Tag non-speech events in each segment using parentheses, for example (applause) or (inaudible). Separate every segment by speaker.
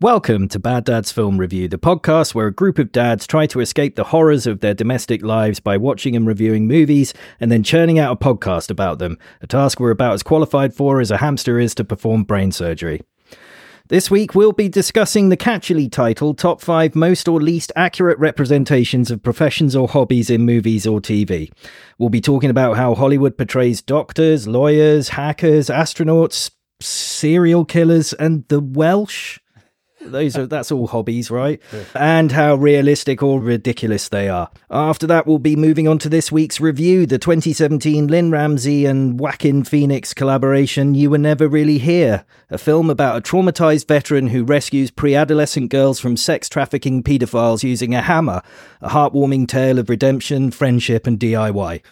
Speaker 1: Welcome to Bad Dad's Film Review, the podcast where a group of dads try to escape the horrors of their domestic lives by watching and reviewing movies and then churning out a podcast about them, a task we're about as qualified for as a hamster is to perform brain surgery. This week, we'll be discussing the catchily titled Top 5 Most or Least Accurate Representations of Professions or Hobbies in Movies or TV. We'll be talking about how Hollywood portrays doctors, lawyers, hackers, astronauts, serial killers, and the Welsh. Those are that's all hobbies, right? And how realistic or ridiculous they are. After that, we'll be moving on to this week's review, the 2017 Lynn Ramsey and Whackin' Phoenix collaboration You Were Never Really Here, a film about a traumatized veteran who rescues pre-adolescent girls from sex trafficking pedophiles using a hammer, a heartwarming tale of redemption, friendship, and DIY.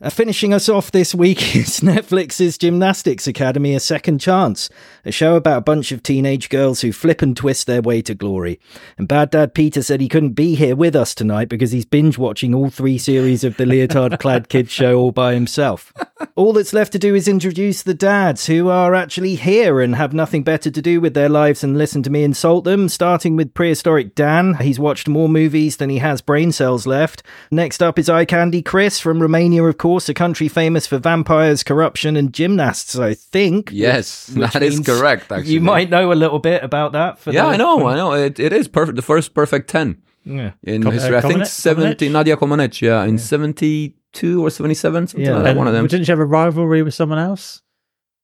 Speaker 1: Uh, finishing us off this week (laughs) is Netflix's Gymnastics Academy A Second Chance, a show about a bunch of teenage girls who flip and twist their way to glory. And Bad Dad Peter said he couldn't be here with us tonight because he's binge watching all three series of the Leotard Clad Kid show all by himself. All that's left to do is introduce the dads who are actually here and have nothing better to do with their lives and listen to me insult them, starting with prehistoric Dan. He's watched more movies than he has brain cells left. Next up is Eye Candy Chris from Romania, of course, a country famous for vampires, corruption, and gymnasts, I think.
Speaker 2: Yes,
Speaker 3: (laughs)
Speaker 1: Which
Speaker 2: that is
Speaker 1: means
Speaker 2: correct. Actually,
Speaker 1: You might know a little bit about that. For
Speaker 2: Yeah,
Speaker 1: the-
Speaker 2: I know. I know. It, it is perfect. The first perfect ten
Speaker 1: Yeah.
Speaker 2: in
Speaker 3: Com- uh,
Speaker 2: history. I think
Speaker 3: Comaneci-
Speaker 2: seventy.
Speaker 3: Comaneci?
Speaker 2: Nadia Comaneci. Yeah, in seventy-two or seventy-seven. Something
Speaker 1: Yeah.
Speaker 2: like that.
Speaker 3: And
Speaker 2: One of them.
Speaker 3: Didn't she have a rivalry with someone else?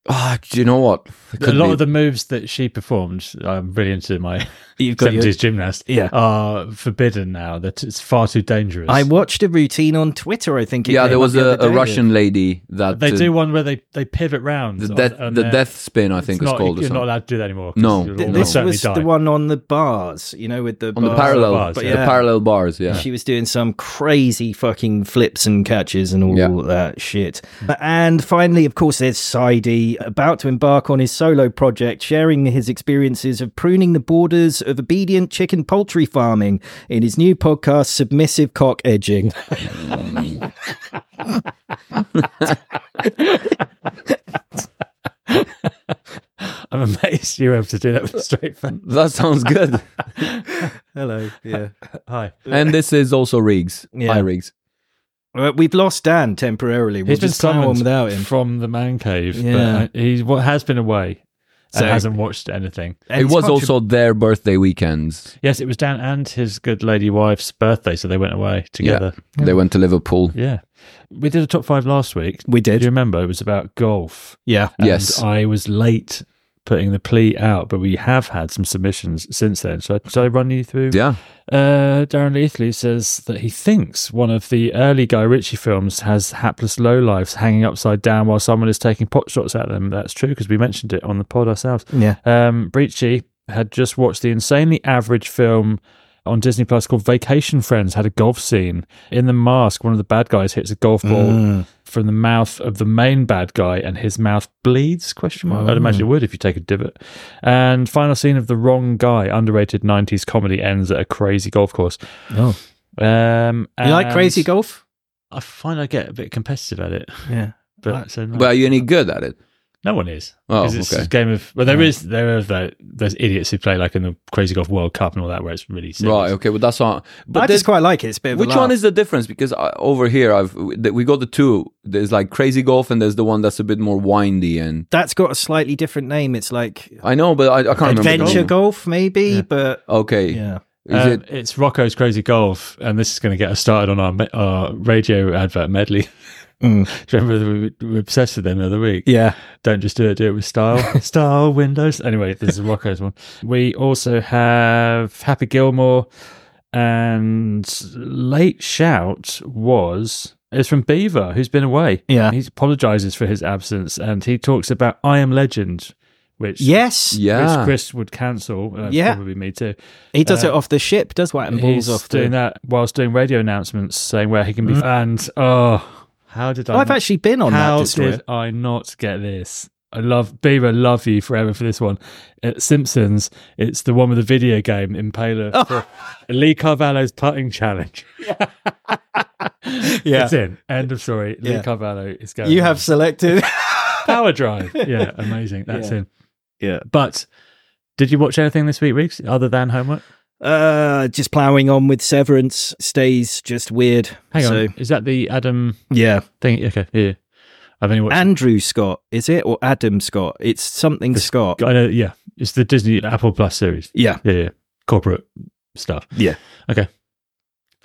Speaker 2: Ah, do you know what? It
Speaker 3: a
Speaker 2: could
Speaker 3: lot
Speaker 2: be.
Speaker 3: of the moves that she performed, I'm really
Speaker 2: (laughs)
Speaker 3: into my
Speaker 1: You've got your-
Speaker 3: 70s gymnast,
Speaker 1: Yeah.
Speaker 3: are forbidden now. That it's far too dangerous.
Speaker 1: I watched a routine on Twitter, I think. it
Speaker 2: Yeah,
Speaker 1: came
Speaker 2: there
Speaker 1: up
Speaker 2: was
Speaker 1: the
Speaker 2: a,
Speaker 1: other
Speaker 2: a
Speaker 1: day.
Speaker 2: Russian lady that
Speaker 3: they
Speaker 2: uh,
Speaker 3: do one where they, they pivot round.
Speaker 2: the
Speaker 3: on-
Speaker 2: death
Speaker 3: on
Speaker 2: the
Speaker 3: their-
Speaker 2: death spin. I think it's
Speaker 3: it's not,
Speaker 2: called. or
Speaker 3: You're not
Speaker 2: something.
Speaker 3: allowed to do that anymore. 'cause
Speaker 2: No, Th-
Speaker 3: you'll
Speaker 1: Th-
Speaker 3: almost
Speaker 2: no.
Speaker 1: This
Speaker 3: certainly
Speaker 1: was
Speaker 3: die.
Speaker 1: the one on the bars, you know, with the
Speaker 2: on the
Speaker 1: bars.
Speaker 2: parallel,
Speaker 3: bars,
Speaker 2: the
Speaker 1: yeah.
Speaker 2: parallel bars.
Speaker 3: (laughs)
Speaker 2: Yeah,
Speaker 1: She was doing some crazy fucking flips and catches and all
Speaker 2: Yeah.
Speaker 1: that shit. And finally, of course, there's Sidey, about to embark on his solo project, sharing his experiences of pruning the borders of obedient chicken poultry farming in his new podcast, Submissive Cock
Speaker 2: (laughs)
Speaker 1: Edging.
Speaker 3: (laughs) I'm amazed you were able to do that with a straight face.
Speaker 1: (laughs)
Speaker 2: that sounds good.
Speaker 1: Hello. Yeah.
Speaker 3: Hi.
Speaker 2: and this is also Riggs.
Speaker 1: Yeah.
Speaker 2: Hi, Riggs.
Speaker 1: Uh, We've lost Dan temporarily. We'll
Speaker 3: He's been
Speaker 1: just plow on
Speaker 3: summoned
Speaker 1: without him.
Speaker 3: from the man cave,
Speaker 1: Yeah.
Speaker 3: but uh, he what has been away
Speaker 1: So-
Speaker 3: and hasn't watched anything.
Speaker 1: And
Speaker 2: it
Speaker 1: it's
Speaker 2: was
Speaker 1: contra-
Speaker 2: also their birthday weekends.
Speaker 3: Yes, it was Dan and his good lady wife's birthday, so they went away together.
Speaker 2: They went to Liverpool.
Speaker 3: Yeah. We did a top five last week.
Speaker 1: We did.
Speaker 3: Do you remember? It was about golf.
Speaker 1: Yeah.
Speaker 3: And
Speaker 2: Yes.
Speaker 3: I was late putting the plea out, but we have had some submissions since then. So I, so I run you through?
Speaker 2: Yeah,
Speaker 3: Uh, Darren Leithley says that he thinks one of the early Guy Ritchie films has hapless lowlifes hanging upside down while someone is taking pot shots at them. That's true because we mentioned it on the pod ourselves.
Speaker 1: Yeah.
Speaker 3: Um, Breachy had just watched the insanely average film on Disney Plus called Vacation Friends, had a golf scene. In The Mask, one of the bad guys hits a golf ball
Speaker 1: Mm.
Speaker 3: from the mouth of the main bad guy and his mouth bleeds, question mark. I'd
Speaker 1: Mm.
Speaker 3: imagine it would if you take a divot. And final scene of The Wrong Guy, underrated 90s comedy, ends at a crazy golf course.
Speaker 1: Oh.
Speaker 3: Um,
Speaker 1: You like
Speaker 3: and
Speaker 1: crazy golf?
Speaker 3: I find I get a bit competitive at it,
Speaker 1: Yeah.
Speaker 3: but that's a nice-
Speaker 2: but are you any good at it?
Speaker 3: no one is.
Speaker 2: Oh,
Speaker 3: 'Cause it's
Speaker 2: okay.
Speaker 3: a game of. Well, there is there are the, those idiots who play like in the Crazy Golf World Cup and all that, where it's really serious.
Speaker 2: Right. Okay. Well, that's not. But
Speaker 1: I
Speaker 2: this-
Speaker 1: just quite like it. It's a bit of a
Speaker 2: which
Speaker 1: laugh.
Speaker 2: one is the difference? Because I, over here, I've w- th- we got the two. There's like crazy golf, and there's the one that's a bit more windy. And
Speaker 1: That's got a slightly different name. It's like
Speaker 2: I know, but I, I can't remember. the
Speaker 1: adventure
Speaker 2: name.
Speaker 1: golf, maybe, but
Speaker 2: Okay.
Speaker 1: yeah. Uh,
Speaker 2: Is
Speaker 3: Um,
Speaker 2: it?
Speaker 3: It's Rocco's Crazy Golf, and this is going to get us started on our, me- our radio advert medley.
Speaker 2: Mm.
Speaker 3: Do you (laughs) remember we were obsessed with them the other week?
Speaker 1: Yeah.
Speaker 3: Don't just do it, do it with style. (laughs) style windows. Anyway, this is Rocco's one. We also have Happy Gilmore and Late Shout was it's from Beaver, who's been away.
Speaker 1: Yeah.
Speaker 3: He apologizes for his absence and he talks about I Am Legend, which
Speaker 1: Yes.
Speaker 3: which
Speaker 2: Yeah.
Speaker 3: Chris would cancel. Uh,
Speaker 1: Yeah.
Speaker 3: Probably me too
Speaker 1: He does it off the ship, does White and Balls
Speaker 3: he's
Speaker 1: off the.
Speaker 3: doing that whilst doing radio announcements saying where he can be found. Oh, how did I?
Speaker 1: I've
Speaker 3: not-
Speaker 1: actually been on
Speaker 3: how
Speaker 1: that destroyer.
Speaker 3: did I not get this? I love Beaver. Love you forever for this one. At Simpsons, it's the one with the video game Impaler
Speaker 1: Oh.
Speaker 2: (laughs)
Speaker 3: for Lee Carvalho's putting challenge.
Speaker 1: Yeah.
Speaker 3: It's in. End of story.
Speaker 1: Yeah.
Speaker 3: Lee Carvalho is going.
Speaker 1: You
Speaker 3: on.
Speaker 1: have
Speaker 3: (laughs)
Speaker 1: selected. (laughs)
Speaker 3: power drive. Yeah, amazing. That's
Speaker 1: Yeah.
Speaker 3: in.
Speaker 1: Yeah.
Speaker 3: But Did you watch anything this week, Reeks, other than homework?
Speaker 1: Uh, just ploughing on with Severance stays just weird.
Speaker 3: Hang
Speaker 1: so,
Speaker 3: on. Is that the Adam
Speaker 1: Yeah.
Speaker 3: thing? Okay, yeah. I've only watched.
Speaker 1: Andrew Scott, is it? Or Adam Scott? It's something Scott.
Speaker 3: I know, yeah. It's the Disney Apple Plus series.
Speaker 1: Yeah.
Speaker 3: Yeah, yeah. Corporate stuff.
Speaker 1: Yeah.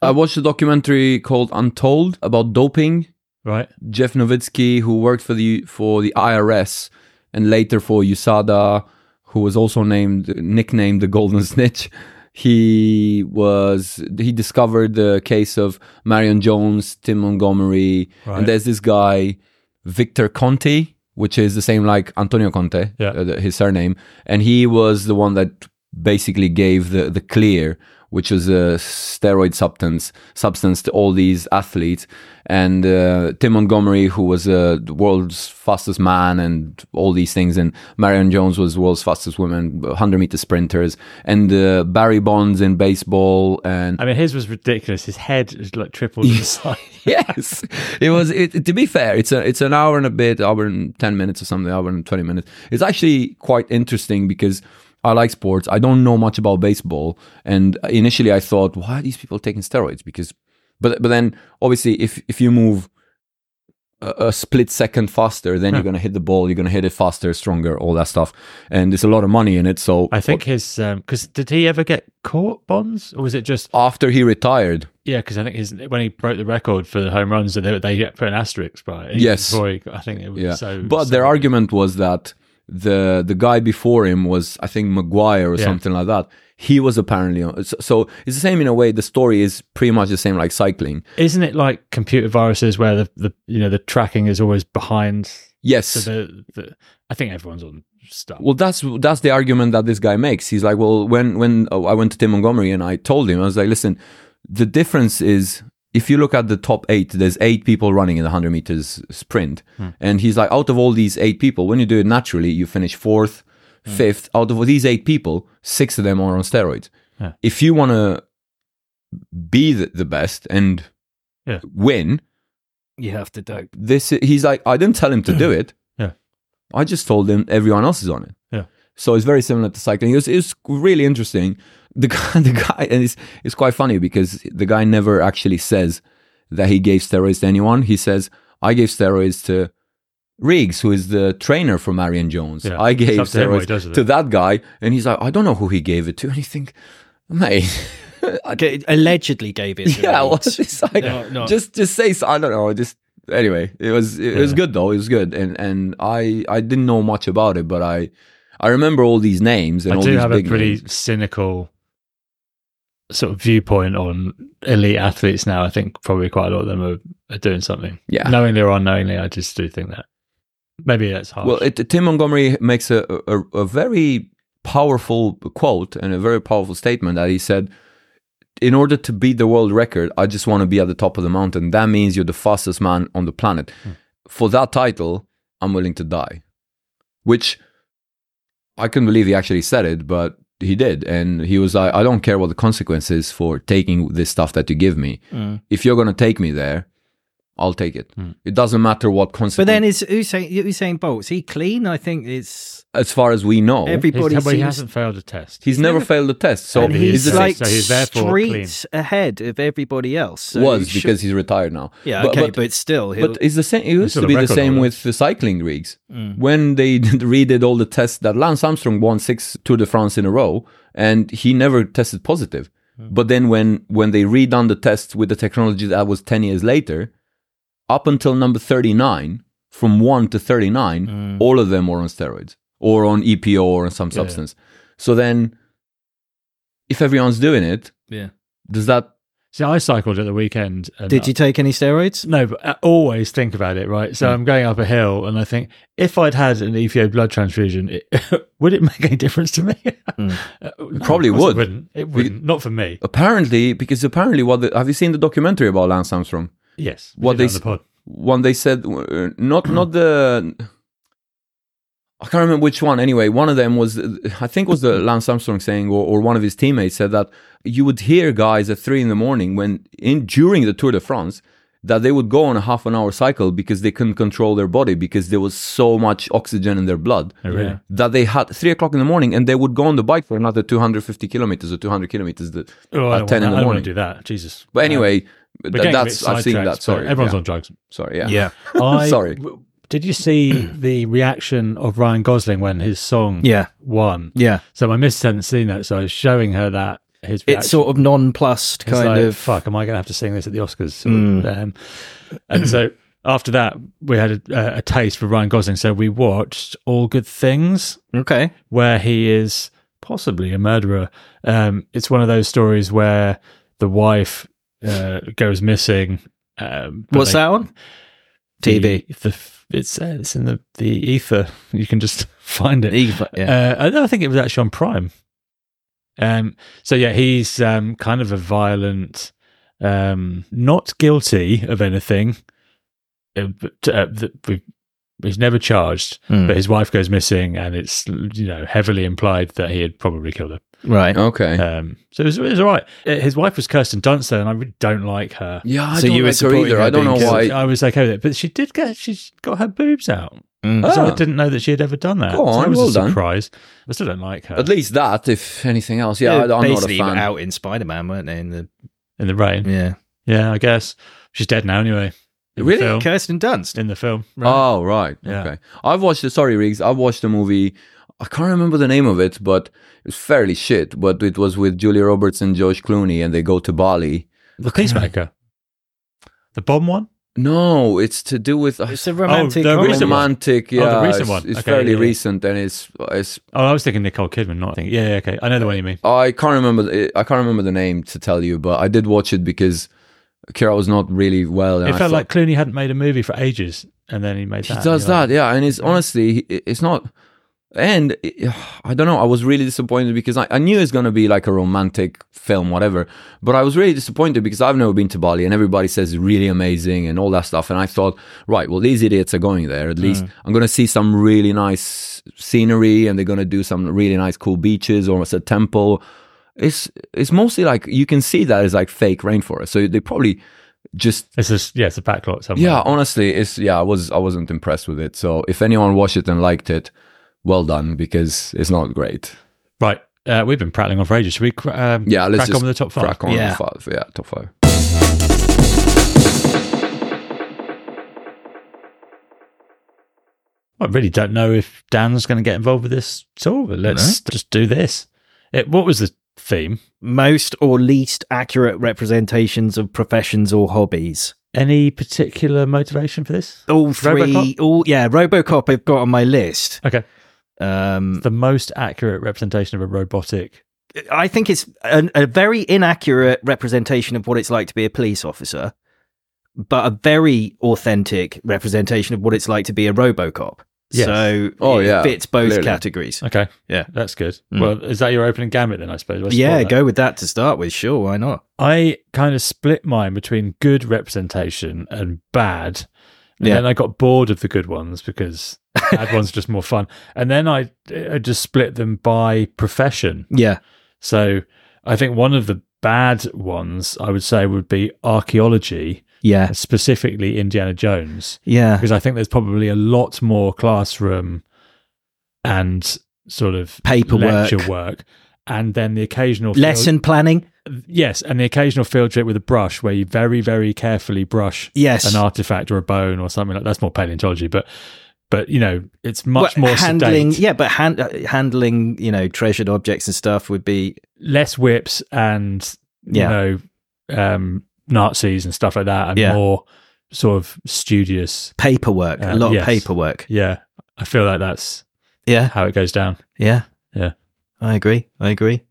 Speaker 2: I watched a documentary called Untold about doping.
Speaker 3: Right.
Speaker 2: Jeff Nowitzki, who worked for the for the IRS and later for USADA, who was also named nicknamed the Golden (laughs) Snitch. He was he discovered the case of Marion Jones, Tim Montgomery,
Speaker 3: Right.
Speaker 2: and there's this guy Victor Conti, which is the same like Antonio Conte,
Speaker 3: Yeah.
Speaker 2: uh, the- his surname, and he was the one that basically gave the the clear, which is a steroid substance substance to all these athletes, and uh, Tim Montgomery, who was uh, the world's fastest man, and all these things, and Marion Jones was world's fastest woman, 100 meter sprinters, and uh, Barry Bonds in baseball, and
Speaker 3: I mean, his was ridiculous. His head is like
Speaker 2: (laughs)
Speaker 3: tripled in size.
Speaker 2: yes, it was. It, to be fair, it's a it's an hour and a bit, hour and ten minutes or something, hour and twenty minutes. It's actually quite interesting because I like sports. I don't know much about baseball, and initially I thought, why are these people taking steroids? Because, but but then obviously, if if you move a, a split second faster, then you're gonna hit the ball. You're gonna hit it faster, stronger, all that stuff, and there's a lot of money in it. So
Speaker 3: I think his because did he ever get caught bonds or was it just
Speaker 2: after he retired,
Speaker 3: yeah? Because I think his when he broke the record for the home runs, they they get put an asterisk by it.
Speaker 2: Yes.
Speaker 3: Before he got- I think it was
Speaker 2: Yeah,
Speaker 3: so.
Speaker 2: but
Speaker 3: so-
Speaker 2: their argument was that the the guy before him was I think Maguire or
Speaker 3: Yeah.
Speaker 2: something like that. He was apparently on, so, so it's the same in a way. The story is pretty much the same like cycling.
Speaker 3: isn't it like computer viruses where the, the you know the tracking is always behind?
Speaker 2: Yes.
Speaker 3: So the, the I think everyone's on stuff.
Speaker 2: well, that's that's the argument that this guy makes. He's like, well, when when oh, I went to Tim Montgomery and I told him, I was like, listen, the difference is if you look at the top eight, there's eight people running in the hundred meters sprint,
Speaker 3: Hmm.
Speaker 2: and he's like, out of all these eight people, when you do it naturally, you finish fourth,
Speaker 3: Hmm.
Speaker 2: fifth. Out of these eight people, six of them are on steroids.
Speaker 3: Yeah.
Speaker 2: If you want to be the, the best and
Speaker 3: Yeah.
Speaker 2: win,
Speaker 1: You have to dope.
Speaker 2: this he's like i didn't tell him to do it
Speaker 3: Yeah.
Speaker 2: i just told him everyone else is on it
Speaker 3: Yeah.
Speaker 2: so it's very similar to cycling it's, it's really interesting the (laughs) guy the guy and it's it's quite funny because the guy never actually says that he gave steroids to anyone he says i gave steroids to Riggs, who is the trainer for Marion Jones,
Speaker 3: Yeah.
Speaker 2: I
Speaker 3: It's
Speaker 2: gave
Speaker 3: up to him what he
Speaker 2: steroids
Speaker 3: does with
Speaker 2: to
Speaker 3: it.
Speaker 2: that guy, and he's like, I don't know who he gave it to, and you think, mate, (laughs) I-
Speaker 1: Okay, allegedly gave it. to
Speaker 2: (laughs) yeah,
Speaker 1: Reed.
Speaker 2: what's this like?
Speaker 1: No, no.
Speaker 2: Just just say so- I don't know. Just anyway, it was it was
Speaker 3: Yeah.
Speaker 2: good though. It was good, and and I I didn't know much about it, but I I remember all these names and
Speaker 3: I
Speaker 2: all
Speaker 3: do
Speaker 2: these
Speaker 3: have a
Speaker 2: big
Speaker 3: pretty
Speaker 2: names.
Speaker 3: cynical sort of viewpoint on elite athletes now. I think probably quite a lot of them are, are doing something.
Speaker 2: Yeah.
Speaker 3: Knowingly or unknowingly, I just do think that. Maybe that's hard.
Speaker 2: Well, it, Tim Montgomery makes a, a a very powerful quote and a very powerful statement that he said. In order to beat the world record, I just want to be at the top of the mountain. That means you're the fastest man on the planet.
Speaker 1: Hmm.
Speaker 2: For that title, I'm willing to die. Which I couldn't believe he actually said it, but he did. And he was like, I don't care what the consequence is for taking this stuff that you give me.
Speaker 1: Mm.
Speaker 2: If you're going to take me there, I'll take it. It doesn't matter what consequence.
Speaker 1: Hmm. But then is Usain, Usain Bolt, is he clean? I think it's
Speaker 2: as far as we know,
Speaker 1: everybody
Speaker 3: He's- well,
Speaker 1: seems
Speaker 3: he hasn't failed a test.
Speaker 2: He's never,
Speaker 1: never-
Speaker 2: failed the test, so
Speaker 3: And
Speaker 2: he's
Speaker 1: he's
Speaker 2: the
Speaker 3: so-
Speaker 1: like
Speaker 3: so he's therefore clean.
Speaker 1: streets ahead of everybody else. So
Speaker 2: was
Speaker 1: he should-
Speaker 2: because he's retired now.
Speaker 1: yeah, okay, but, still, he'll,
Speaker 2: but it's the same. It used
Speaker 3: still
Speaker 2: to
Speaker 3: a
Speaker 2: be the
Speaker 3: record
Speaker 2: same
Speaker 3: holder.
Speaker 2: with the cycling rigs.
Speaker 3: Mm,
Speaker 2: When they (laughs) did- redid all the tests that Lance Armstrong won six Tour de France in a row, and he never tested positive.
Speaker 1: Hmm.
Speaker 2: But then when when they redone the tests with the technology that was ten years later, up until number thirty nine, from one to thirty nine,
Speaker 3: mm,
Speaker 1: Hmm.
Speaker 2: all of them were on steroids or on EPO or on some
Speaker 3: Yeah, yeah.
Speaker 2: substance. So then, if everyone's doing it,
Speaker 1: yeah.
Speaker 2: does that
Speaker 3: See, I cycled at the weekend.
Speaker 2: uh,
Speaker 3: And
Speaker 1: Did you take any steroids?
Speaker 3: No, but I always think about it, right?
Speaker 2: Mm.
Speaker 3: So I'm going up a hill and I think if I'd had an EPO blood transfusion, it, (laughs) would it make any difference to me? (laughs) Uh, no,
Speaker 2: Probably
Speaker 3: of course
Speaker 2: would.
Speaker 3: It wouldn't. It wouldn't. Not for me.
Speaker 2: apparently because apparently what the, have you seen the documentary about Lance Armstrong?
Speaker 3: Yes. we
Speaker 2: What
Speaker 3: did
Speaker 2: they
Speaker 3: that on the pod.
Speaker 2: One they said uh, not not the I can't remember which one. Anyway, one of them was I think was the Lance Armstrong saying or, or one of his teammates said that you would hear guys at three in the morning when in during the Tour de France that they would go on a half an hour cycle because they couldn't control their body because there was so much oxygen in their blood
Speaker 3: really?
Speaker 2: that they had three o'clock in the morning and they would go on the bike for another 250 kilometers or 200 kilometers the,
Speaker 3: Oh, I
Speaker 2: at
Speaker 3: don't
Speaker 2: 10
Speaker 3: want-
Speaker 2: in the
Speaker 3: I don't want
Speaker 2: morning.
Speaker 3: to do that. Jesus.
Speaker 2: But anyway,
Speaker 3: We're
Speaker 2: th-
Speaker 3: getting a bit
Speaker 2: that's I've seen
Speaker 3: sidetracked,
Speaker 2: that.
Speaker 3: but
Speaker 2: Sorry,
Speaker 3: everyone's
Speaker 2: yeah.
Speaker 3: on drugs.
Speaker 2: sorry, yeah.
Speaker 1: Yeah.
Speaker 3: (laughs) I,
Speaker 2: Sorry.
Speaker 3: w- Did you see the reaction of Ryan Gosling when his song
Speaker 1: Yeah.
Speaker 3: won?
Speaker 1: Yeah.
Speaker 3: So my missus hadn't seen that, so I was showing her that his reaction.
Speaker 1: It's sort of nonplussed
Speaker 3: It's
Speaker 1: kind
Speaker 3: like,
Speaker 1: of.
Speaker 3: fuck. Am I going to have to sing this at the Oscars?
Speaker 1: Mm.
Speaker 3: Um, and so after that, we had a, a taste for Ryan Gosling. So we watched All Good Things,
Speaker 1: Okay.
Speaker 3: where he is possibly a murderer. Um, it's one of those stories where the wife uh, goes missing. Um, but
Speaker 1: What's
Speaker 3: they-
Speaker 1: that on?
Speaker 3: the-
Speaker 1: TV.
Speaker 3: The, f it's uh, it's in the the ether. (laughs) You can just find it.
Speaker 1: Yeah.
Speaker 3: Uh, I, don't- I think it was actually on Prime. Um, so yeah, he's um, kind of a violent, um, not guilty of anything. Uh, but, uh, th- we- he's never charged,
Speaker 2: Hmm.
Speaker 1: Mm.
Speaker 3: but his wife goes missing, and it's you know heavily implied that he had probably killed her.
Speaker 1: right.
Speaker 2: Okay.
Speaker 3: Um, so it was, it was all right. Uh, His wife was Kirsten Dunst, though, and I really don't like her.
Speaker 2: yeah, I
Speaker 1: So
Speaker 2: don't
Speaker 1: you were
Speaker 2: like her
Speaker 1: supporting
Speaker 2: either.
Speaker 1: her
Speaker 2: I don't know
Speaker 1: being
Speaker 2: why.
Speaker 1: killed.
Speaker 3: I was okay with it, but she did get she's got her boobs out.
Speaker 1: Mm.
Speaker 2: Uh,
Speaker 3: So I
Speaker 2: Ah.
Speaker 3: didn't know that she had ever done that.
Speaker 2: Go
Speaker 3: So that
Speaker 2: on,
Speaker 3: was
Speaker 2: well
Speaker 3: a
Speaker 2: done.
Speaker 3: surprise. I still don't like her.
Speaker 2: At least that, if anything else. Yeah, I,
Speaker 1: They were
Speaker 2: I'm not a
Speaker 1: basically
Speaker 2: fan.
Speaker 1: out in Spider Man, weren't they? In the
Speaker 3: in the rain.
Speaker 1: yeah.
Speaker 3: Yeah, I guess she's dead now anyway. In
Speaker 2: Really?
Speaker 3: The film,
Speaker 1: Kirsten Dunst.
Speaker 3: In the film.
Speaker 2: Oh, right.
Speaker 3: Yeah.
Speaker 2: Okay. I've watched the sorry Riggs. I've watched a movie. I can't remember the name of it, but it was fairly shit. But it was with Julia Roberts and Josh Clooney, and they go to Bali.
Speaker 3: the peacemaker. The bomb one.
Speaker 2: No, it's to do with uh,
Speaker 1: It's a romantic.
Speaker 3: Oh, the
Speaker 1: comedy.
Speaker 3: recent one.
Speaker 2: romantic.
Speaker 3: Oh, the
Speaker 2: Yeah,
Speaker 3: recent
Speaker 2: it's,
Speaker 3: one.
Speaker 2: it's
Speaker 3: Okay,
Speaker 2: fairly
Speaker 3: yeah, yeah.
Speaker 2: recent, and it's it's.
Speaker 3: Oh, I was thinking Nicole Kidman. Not I think. Yeah, yeah, okay. I know the one you mean.
Speaker 2: I can't remember. the- I can't remember the name to tell you, but I did watch it because Kira was not really well. And
Speaker 3: it
Speaker 2: I
Speaker 3: felt
Speaker 2: thought-
Speaker 3: like Clooney hadn't made a movie for ages, and then he made
Speaker 2: He
Speaker 3: that.
Speaker 2: does
Speaker 3: and you're like,
Speaker 2: that, yeah. And it's honestly, he- it's not. And it- I don't know. I was really disappointed because I, I knew it's gonna be like a romantic film, whatever. But I was really disappointed because I've never been to Bali, and everybody says it's really amazing and all that stuff. And I thought, right, well, these idiots are going there.
Speaker 3: Mm.
Speaker 2: At least I'm gonna see some really nice scenery, and they're gonna do some really nice, cool beaches or it's a temple. It's it's mostly like you can see that it's like fake rainforest. So they probably just
Speaker 3: It's just yeah, it's a backlot somewhere.
Speaker 2: yeah, honestly, it's yeah, I was I wasn't impressed with it. So if anyone watched it and liked it, well done because it's not great.
Speaker 3: Right. Uh, we've been prattling on for ages. Should we cr- um,
Speaker 2: Yeah, let's
Speaker 3: crack
Speaker 2: just
Speaker 3: on with the top five?
Speaker 2: Crack on
Speaker 1: Yeah.
Speaker 2: with five. Yeah, top five.
Speaker 3: I really don't know if Dan's going to get involved with this at all, but let's just do this. It, what was the theme?
Speaker 1: Most or least accurate representations of professions or hobbies.
Speaker 3: Any particular motivation for this?
Speaker 1: All three.
Speaker 3: Robocop?
Speaker 1: All yeah. RoboCop. I've got on my list.
Speaker 3: Okay.
Speaker 1: Um,
Speaker 3: The most accurate representation of a robotic.
Speaker 1: I think it's an, a very inaccurate representation of what it's like to be a police officer, but a very authentic representation of what it's like to be a RoboCop.
Speaker 3: Yes.
Speaker 1: So
Speaker 2: Oh,
Speaker 1: it
Speaker 2: yeah,
Speaker 1: fits both
Speaker 2: clearly.
Speaker 1: categories.
Speaker 3: Okay.
Speaker 1: Yeah.
Speaker 3: That's good.
Speaker 1: Mm.
Speaker 3: Well, is that your opening gambit then, I suppose? I
Speaker 1: yeah,
Speaker 3: support that.
Speaker 1: go with that to start with. Sure, why not?
Speaker 3: I kind of split mine between good representation and bad. And
Speaker 1: Yeah.
Speaker 3: then I got bored of the good ones because
Speaker 1: (laughs)
Speaker 3: bad ones are just more fun. And then I, I just split them by profession.
Speaker 1: Yeah.
Speaker 3: So I think one of the bad ones I would say would be archaeology,
Speaker 1: Yeah.
Speaker 3: specifically Indiana Jones,
Speaker 1: Yeah.
Speaker 3: because I think there's probably a lot more classroom and sort of
Speaker 1: Paperwork.
Speaker 3: lecture work, and then the occasional field-
Speaker 1: Lesson planning.
Speaker 3: yes, and the occasional field trip with a brush where you very very carefully brush
Speaker 1: Yes.
Speaker 3: an artifact or a bone or something like that's more paleontology, but. But you know, it's much
Speaker 1: Well,
Speaker 3: more
Speaker 1: handling.
Speaker 3: sedate.
Speaker 1: Yeah, but hand, uh, handling, you know, treasured objects and stuff would be.
Speaker 3: less whips and
Speaker 1: Yeah.
Speaker 3: you know um nazis and stuff like that and
Speaker 1: Yeah.
Speaker 3: more sort of studious
Speaker 1: Paperwork,
Speaker 3: Uh,
Speaker 1: a lot
Speaker 3: yes.
Speaker 1: of paperwork.
Speaker 3: yeah i feel like that's
Speaker 1: Yeah,
Speaker 3: how it goes down
Speaker 1: yeah,
Speaker 3: Yeah.
Speaker 1: I agree. I agree.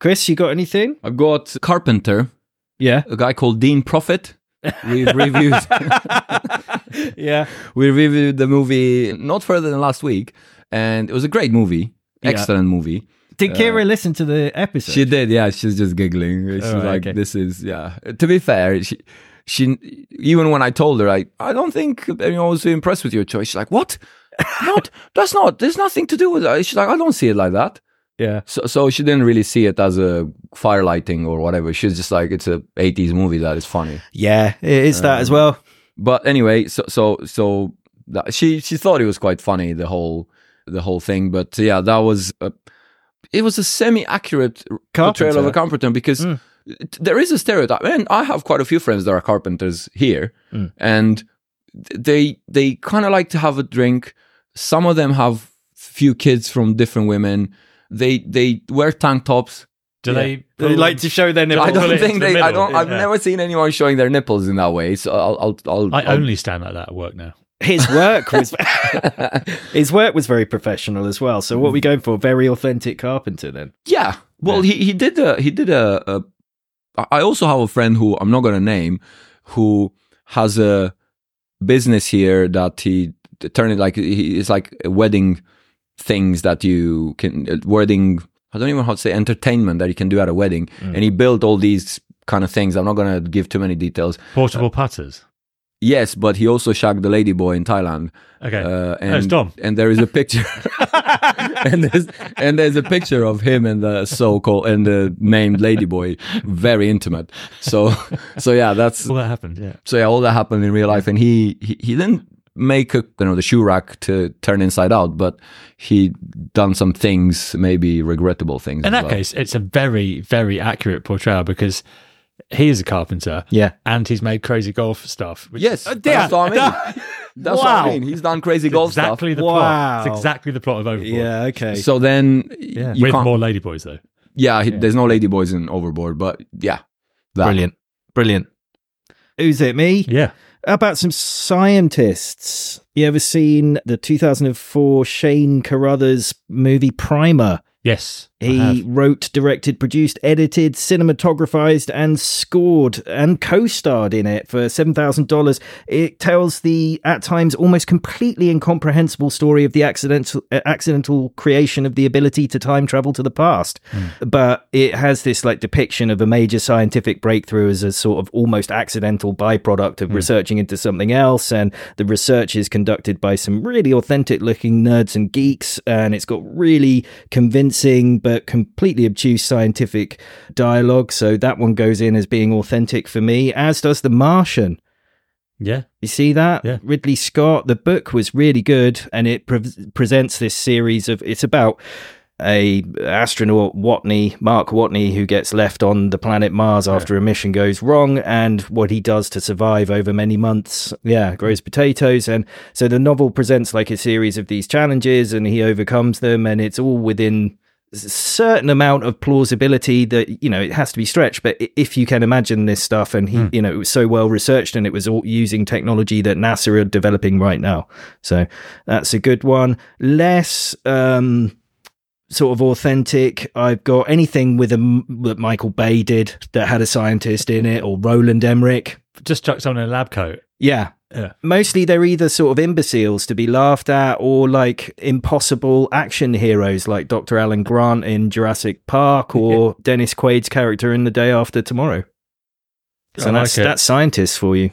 Speaker 1: Chris, you got anything?
Speaker 2: (laughs) I've got Carpenter,
Speaker 1: Yeah,
Speaker 2: a guy called Dean Prophet.
Speaker 3: (laughs)
Speaker 2: We reviewed
Speaker 3: yeah
Speaker 2: we reviewed the movie not further than last week, and it was a great movie,
Speaker 1: Yeah.
Speaker 2: excellent movie.
Speaker 1: Did
Speaker 3: Uh,
Speaker 1: Kira listen to the episode?
Speaker 2: She did, yeah. She's just giggling. She's
Speaker 1: Oh, right,
Speaker 2: like,
Speaker 1: okay.
Speaker 2: "This is, yeah." To be fair, she, she, even when I told her, I, I don't think anyone was impressed (laughs) with your choice. She's like, "What? Not? That's not. There's nothing to do with that." She's like, "I don't see it like that."
Speaker 3: Yeah.
Speaker 2: So, so she didn't really see it as a firelighting or whatever. She's just like, it's a 80s movie that is funny.
Speaker 1: Yeah, it is that as
Speaker 3: Um,
Speaker 1: well.
Speaker 2: But anyway, so so so that, she she thought it was quite funny the whole the whole thing. But uh, yeah, that was a, it was a semi accurate portrayal of
Speaker 1: Carpenter.
Speaker 2: a carpenter because
Speaker 3: Mm.
Speaker 2: t- there is a stereotype, and I have quite a few friends that are carpenters here,
Speaker 3: Mm.
Speaker 2: and th- they they kind of like to have a drink. Some of them have few kids from different women. They they wear tank tops.
Speaker 3: Do they?
Speaker 1: They like to show their nipples. (laughs)
Speaker 2: I
Speaker 3: Well, (laughs)
Speaker 2: don't
Speaker 3: it's
Speaker 2: think
Speaker 3: the
Speaker 2: they. I
Speaker 3: middle,
Speaker 2: don't. I've
Speaker 3: yeah.
Speaker 2: never seen anyone showing their nipples in that way. So I'll. I'll. I'll,
Speaker 3: I
Speaker 2: I'll
Speaker 3: only stand like that at work now.
Speaker 1: His work was
Speaker 3: (laughs)
Speaker 1: his work was very professional as well. So what are we going for? Very authentic carpenter then.
Speaker 2: Yeah. Well, he he did a he did a, a. I also have a friend who I'm not gonna name, who has a business here that he turned it like he, it's like wedding things that you can uh, wedding. I don't even know how to say entertainment that you can do at a wedding, and he built all these kind of things. I'm not gonna give too many details.
Speaker 3: Portable putters.
Speaker 2: Yes, but he also shagged the lady boy in Thailand.
Speaker 3: Okay.
Speaker 2: Uh, and,
Speaker 3: Oh,
Speaker 2: (laughs)
Speaker 3: it's Dom.
Speaker 2: and there is a picture, and there's and there's a picture of him and the so-called and the named ladyboy, very intimate. So, so yeah, that's
Speaker 3: Well, that happened. Yeah.
Speaker 2: so yeah, all that happened in real life, and he he, he didn't make a you know the shoe rack to turn inside out, but he done some things, maybe regrettable things.
Speaker 3: In
Speaker 2: as
Speaker 3: that
Speaker 2: well.
Speaker 3: case, it's a very, very accurate portrayal because he is a carpenter.
Speaker 1: Yeah.
Speaker 3: And he's made crazy golf stuff. Which
Speaker 2: yes, Uh,
Speaker 3: is
Speaker 2: that's what I mean.
Speaker 3: (laughs)
Speaker 2: that's what
Speaker 1: Wow.
Speaker 2: I mean. He's done crazy golf stuff.
Speaker 3: exactly the plot.
Speaker 1: Wow.
Speaker 3: It's exactly the plot of Overboard.
Speaker 1: Yeah. Okay.
Speaker 2: So then, you
Speaker 3: With
Speaker 2: can't-
Speaker 3: more ladyboys though.
Speaker 2: yeah, he, there's no ladyboys in Overboard, but yeah, that.
Speaker 1: Brilliant. Brilliant. Who's it? Me?
Speaker 3: Yeah.
Speaker 1: How about some scientists? You ever seen the 2004 Shane Carruthers movie Primer?
Speaker 3: Yes. I
Speaker 1: He
Speaker 3: have.
Speaker 1: wrote, directed, produced, edited, cinematographized, and scored and co starred in it for $7,000. It tells the, at times, almost completely incomprehensible story of the accidental, uh, accidental creation of the ability to time travel to the past.
Speaker 3: Hmm.
Speaker 1: But it has this like depiction of a major scientific breakthrough as a sort of almost accidental byproduct of researching into something else. And the research is conducted by some really authentic looking nerds and geeks. And it's got really convincing but completely obtuse scientific dialogue. So that one goes in as being authentic for me, as does The Martian.
Speaker 3: Yeah.
Speaker 1: You see that?
Speaker 3: Yeah.
Speaker 1: Ridley Scott. The book was really good, and it pre- presents this series of. It's about a astronaut Watney, Mark Watney, who gets left on the planet Mars after a mission goes wrong, and what he does to survive over many months. Yeah, grows potatoes, and so the novel presents like a series of these challenges, and he overcomes them, and it's all within a certain amount of plausibility that you know it has to be stretched but i- if you can imagine this stuff and he you know it was so well researched and it was all using technology that NASA are developing right now so that's a good one less um sort of authentic i've got anything with a m- that Michael Bay did that had a scientist in it or Roland Emmerich
Speaker 3: Just chuck someone in a lab coat.
Speaker 1: yeah.
Speaker 3: Yeah.
Speaker 1: Mostly they're either sort of imbeciles to be laughed at or like impossible action heroes like Dr. Alan Grant in Jurassic Park or Dennis Quaid's character in The Day After Tomorrow. So
Speaker 3: I like
Speaker 1: that's
Speaker 3: it.
Speaker 1: that's scientists for you.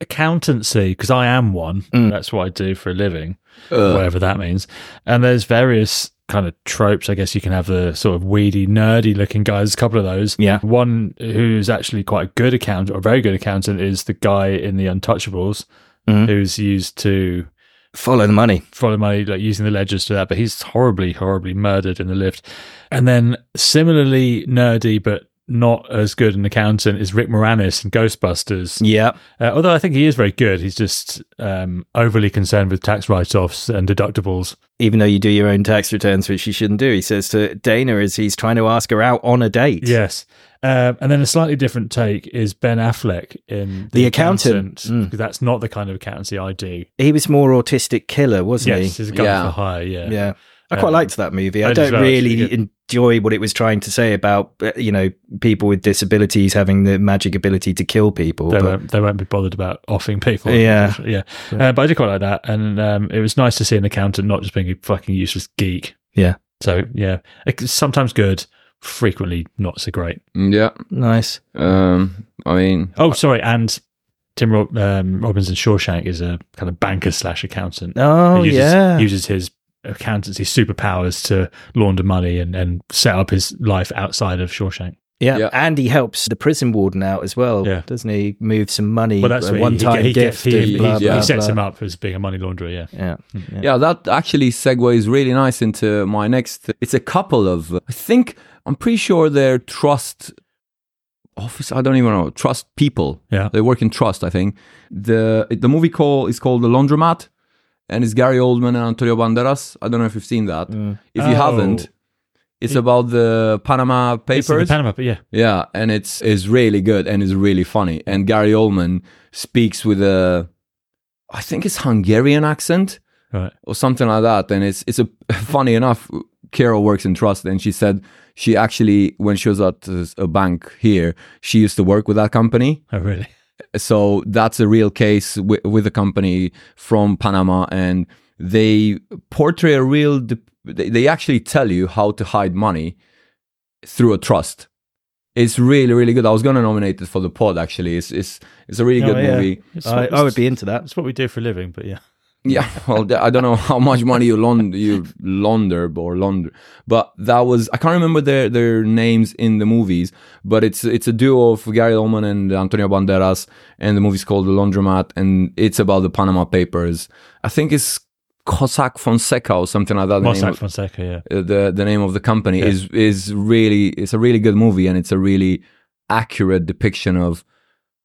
Speaker 3: accountancy because I am one.
Speaker 1: Mm.
Speaker 3: That's what I do for a living,
Speaker 2: Uh,
Speaker 3: whatever that means. And there's various kind of tropes. I guess you can have the sort of weedy, nerdy looking guys. A couple of those.
Speaker 1: Yeah.
Speaker 3: One who's actually quite a good accountant or a very good accountant is the guy in the Untouchables,
Speaker 1: Mhm.
Speaker 3: who's used to
Speaker 1: Follow the money.
Speaker 3: follow money, like using the ledgers to that. But he's horribly, horribly murdered in the lift. And then similarly nerdy, but not as good an accountant is Rick Moranis in Ghostbusters.
Speaker 1: Yeah.
Speaker 3: Uh, although I think he is very good. He's just um, overly concerned with tax write offs and deductibles.
Speaker 1: Even though you do your own tax returns, which you shouldn't do, he says to Dana as he's trying to ask her out on a date.
Speaker 3: Yes. Um, and then a slightly different take is Ben Affleck in
Speaker 1: The Accountant. Mm.
Speaker 3: because that's not the kind of accountancy I do.
Speaker 1: He was more autistic killer, wasn't
Speaker 3: Yes,
Speaker 1: he?
Speaker 3: he's a guy
Speaker 2: Yeah.
Speaker 3: for hire. Yeah.
Speaker 1: Yeah. I quite
Speaker 3: Um,
Speaker 1: liked that movie. I
Speaker 3: I did as
Speaker 1: don't
Speaker 3: well, actually,
Speaker 1: really enjoy what it was trying to say about, uh, you know, people with disabilities having the magic ability to kill people.
Speaker 3: They
Speaker 1: but-
Speaker 3: won't, they won't be bothered about offing people.
Speaker 1: Yeah.
Speaker 3: Yeah. Uh, but I did quite like that. And um, it was nice to see an accountant not just being a fucking useless geek.
Speaker 1: Yeah.
Speaker 3: So, yeah, it's sometimes good, frequently not so great.
Speaker 2: Mm, yeah.
Speaker 1: Nice.
Speaker 2: Um, I mean,
Speaker 3: Oh,
Speaker 1: Uh,
Speaker 3: sorry. And Tim Rob- um, Robbins in Shawshank is a kind of banker slash accountant.
Speaker 1: Oh,
Speaker 3: He uses,
Speaker 1: yeah.
Speaker 3: Uses his accountancy superpowers to launder money and, and set up his life outside of Shawshank.
Speaker 1: Yeah.
Speaker 2: Yeah.
Speaker 1: and he helps the prison warden out as well,
Speaker 3: Yeah.
Speaker 1: doesn't he? Move some money,
Speaker 3: Well, that's
Speaker 1: a
Speaker 3: what he-
Speaker 1: one-time
Speaker 3: he, get-
Speaker 1: gift.
Speaker 3: he,
Speaker 1: and
Speaker 3: he,
Speaker 1: blah,
Speaker 3: he
Speaker 1: blah,
Speaker 3: sets
Speaker 1: blah.
Speaker 3: him up Hmm. as being a money launderer. Yeah,
Speaker 1: Yeah, yeah.
Speaker 2: Yeah, that actually segues really nice into my next. It's a couple of. I think I'm pretty sure they're trust office. I don't even know trust people.
Speaker 3: Yeah.
Speaker 2: they work in trust. I think the the movie call is called The Laundromat, and it's Gary Oldman and Antonio Banderas. I don't know if you've seen that. If you
Speaker 3: Oh.
Speaker 2: haven't, it's about the Panama
Speaker 3: It's in
Speaker 2: Papers.
Speaker 3: Panama, but yeah,
Speaker 2: Yeah, and it's is really good and it's really funny. And Gary Oldman speaks with a, I think it's Hungarian accent
Speaker 3: right.
Speaker 2: or something like that. And it's it's a (laughs) funny enough. Carol works in trust, and she said she actually when she was at uh, a bank here, she used to work with that company.
Speaker 3: Oh, really?
Speaker 2: So that's a real case wi- with a company from Panama, and they portray a real. dep- they they actually tell you how to hide money through a trust. It's really, really good. I was gonna nominate it for the pod. Actually, it's it's it's a really
Speaker 3: (laughs)
Speaker 1: Oh,
Speaker 2: good
Speaker 1: yeah.
Speaker 2: movie.
Speaker 1: I, I would be into that.
Speaker 3: That's what we do for a living, but yeah.
Speaker 2: Yeah, (laughs) well, I don't know how much money you launder, you launder or launder, but that was I can't remember their their names in the movies, but it's it's a duo of Gary Oldman and Antonio Banderas, and the movie's called The Laundromat, and it's about the Panama Papers. I think it's Cossack Fonseca or something like that. the name
Speaker 3: Mossack
Speaker 2: of-
Speaker 3: Fonseca, yeah.
Speaker 2: uh, the the name of the company is is really it's a really good movie and it's a really accurate depiction of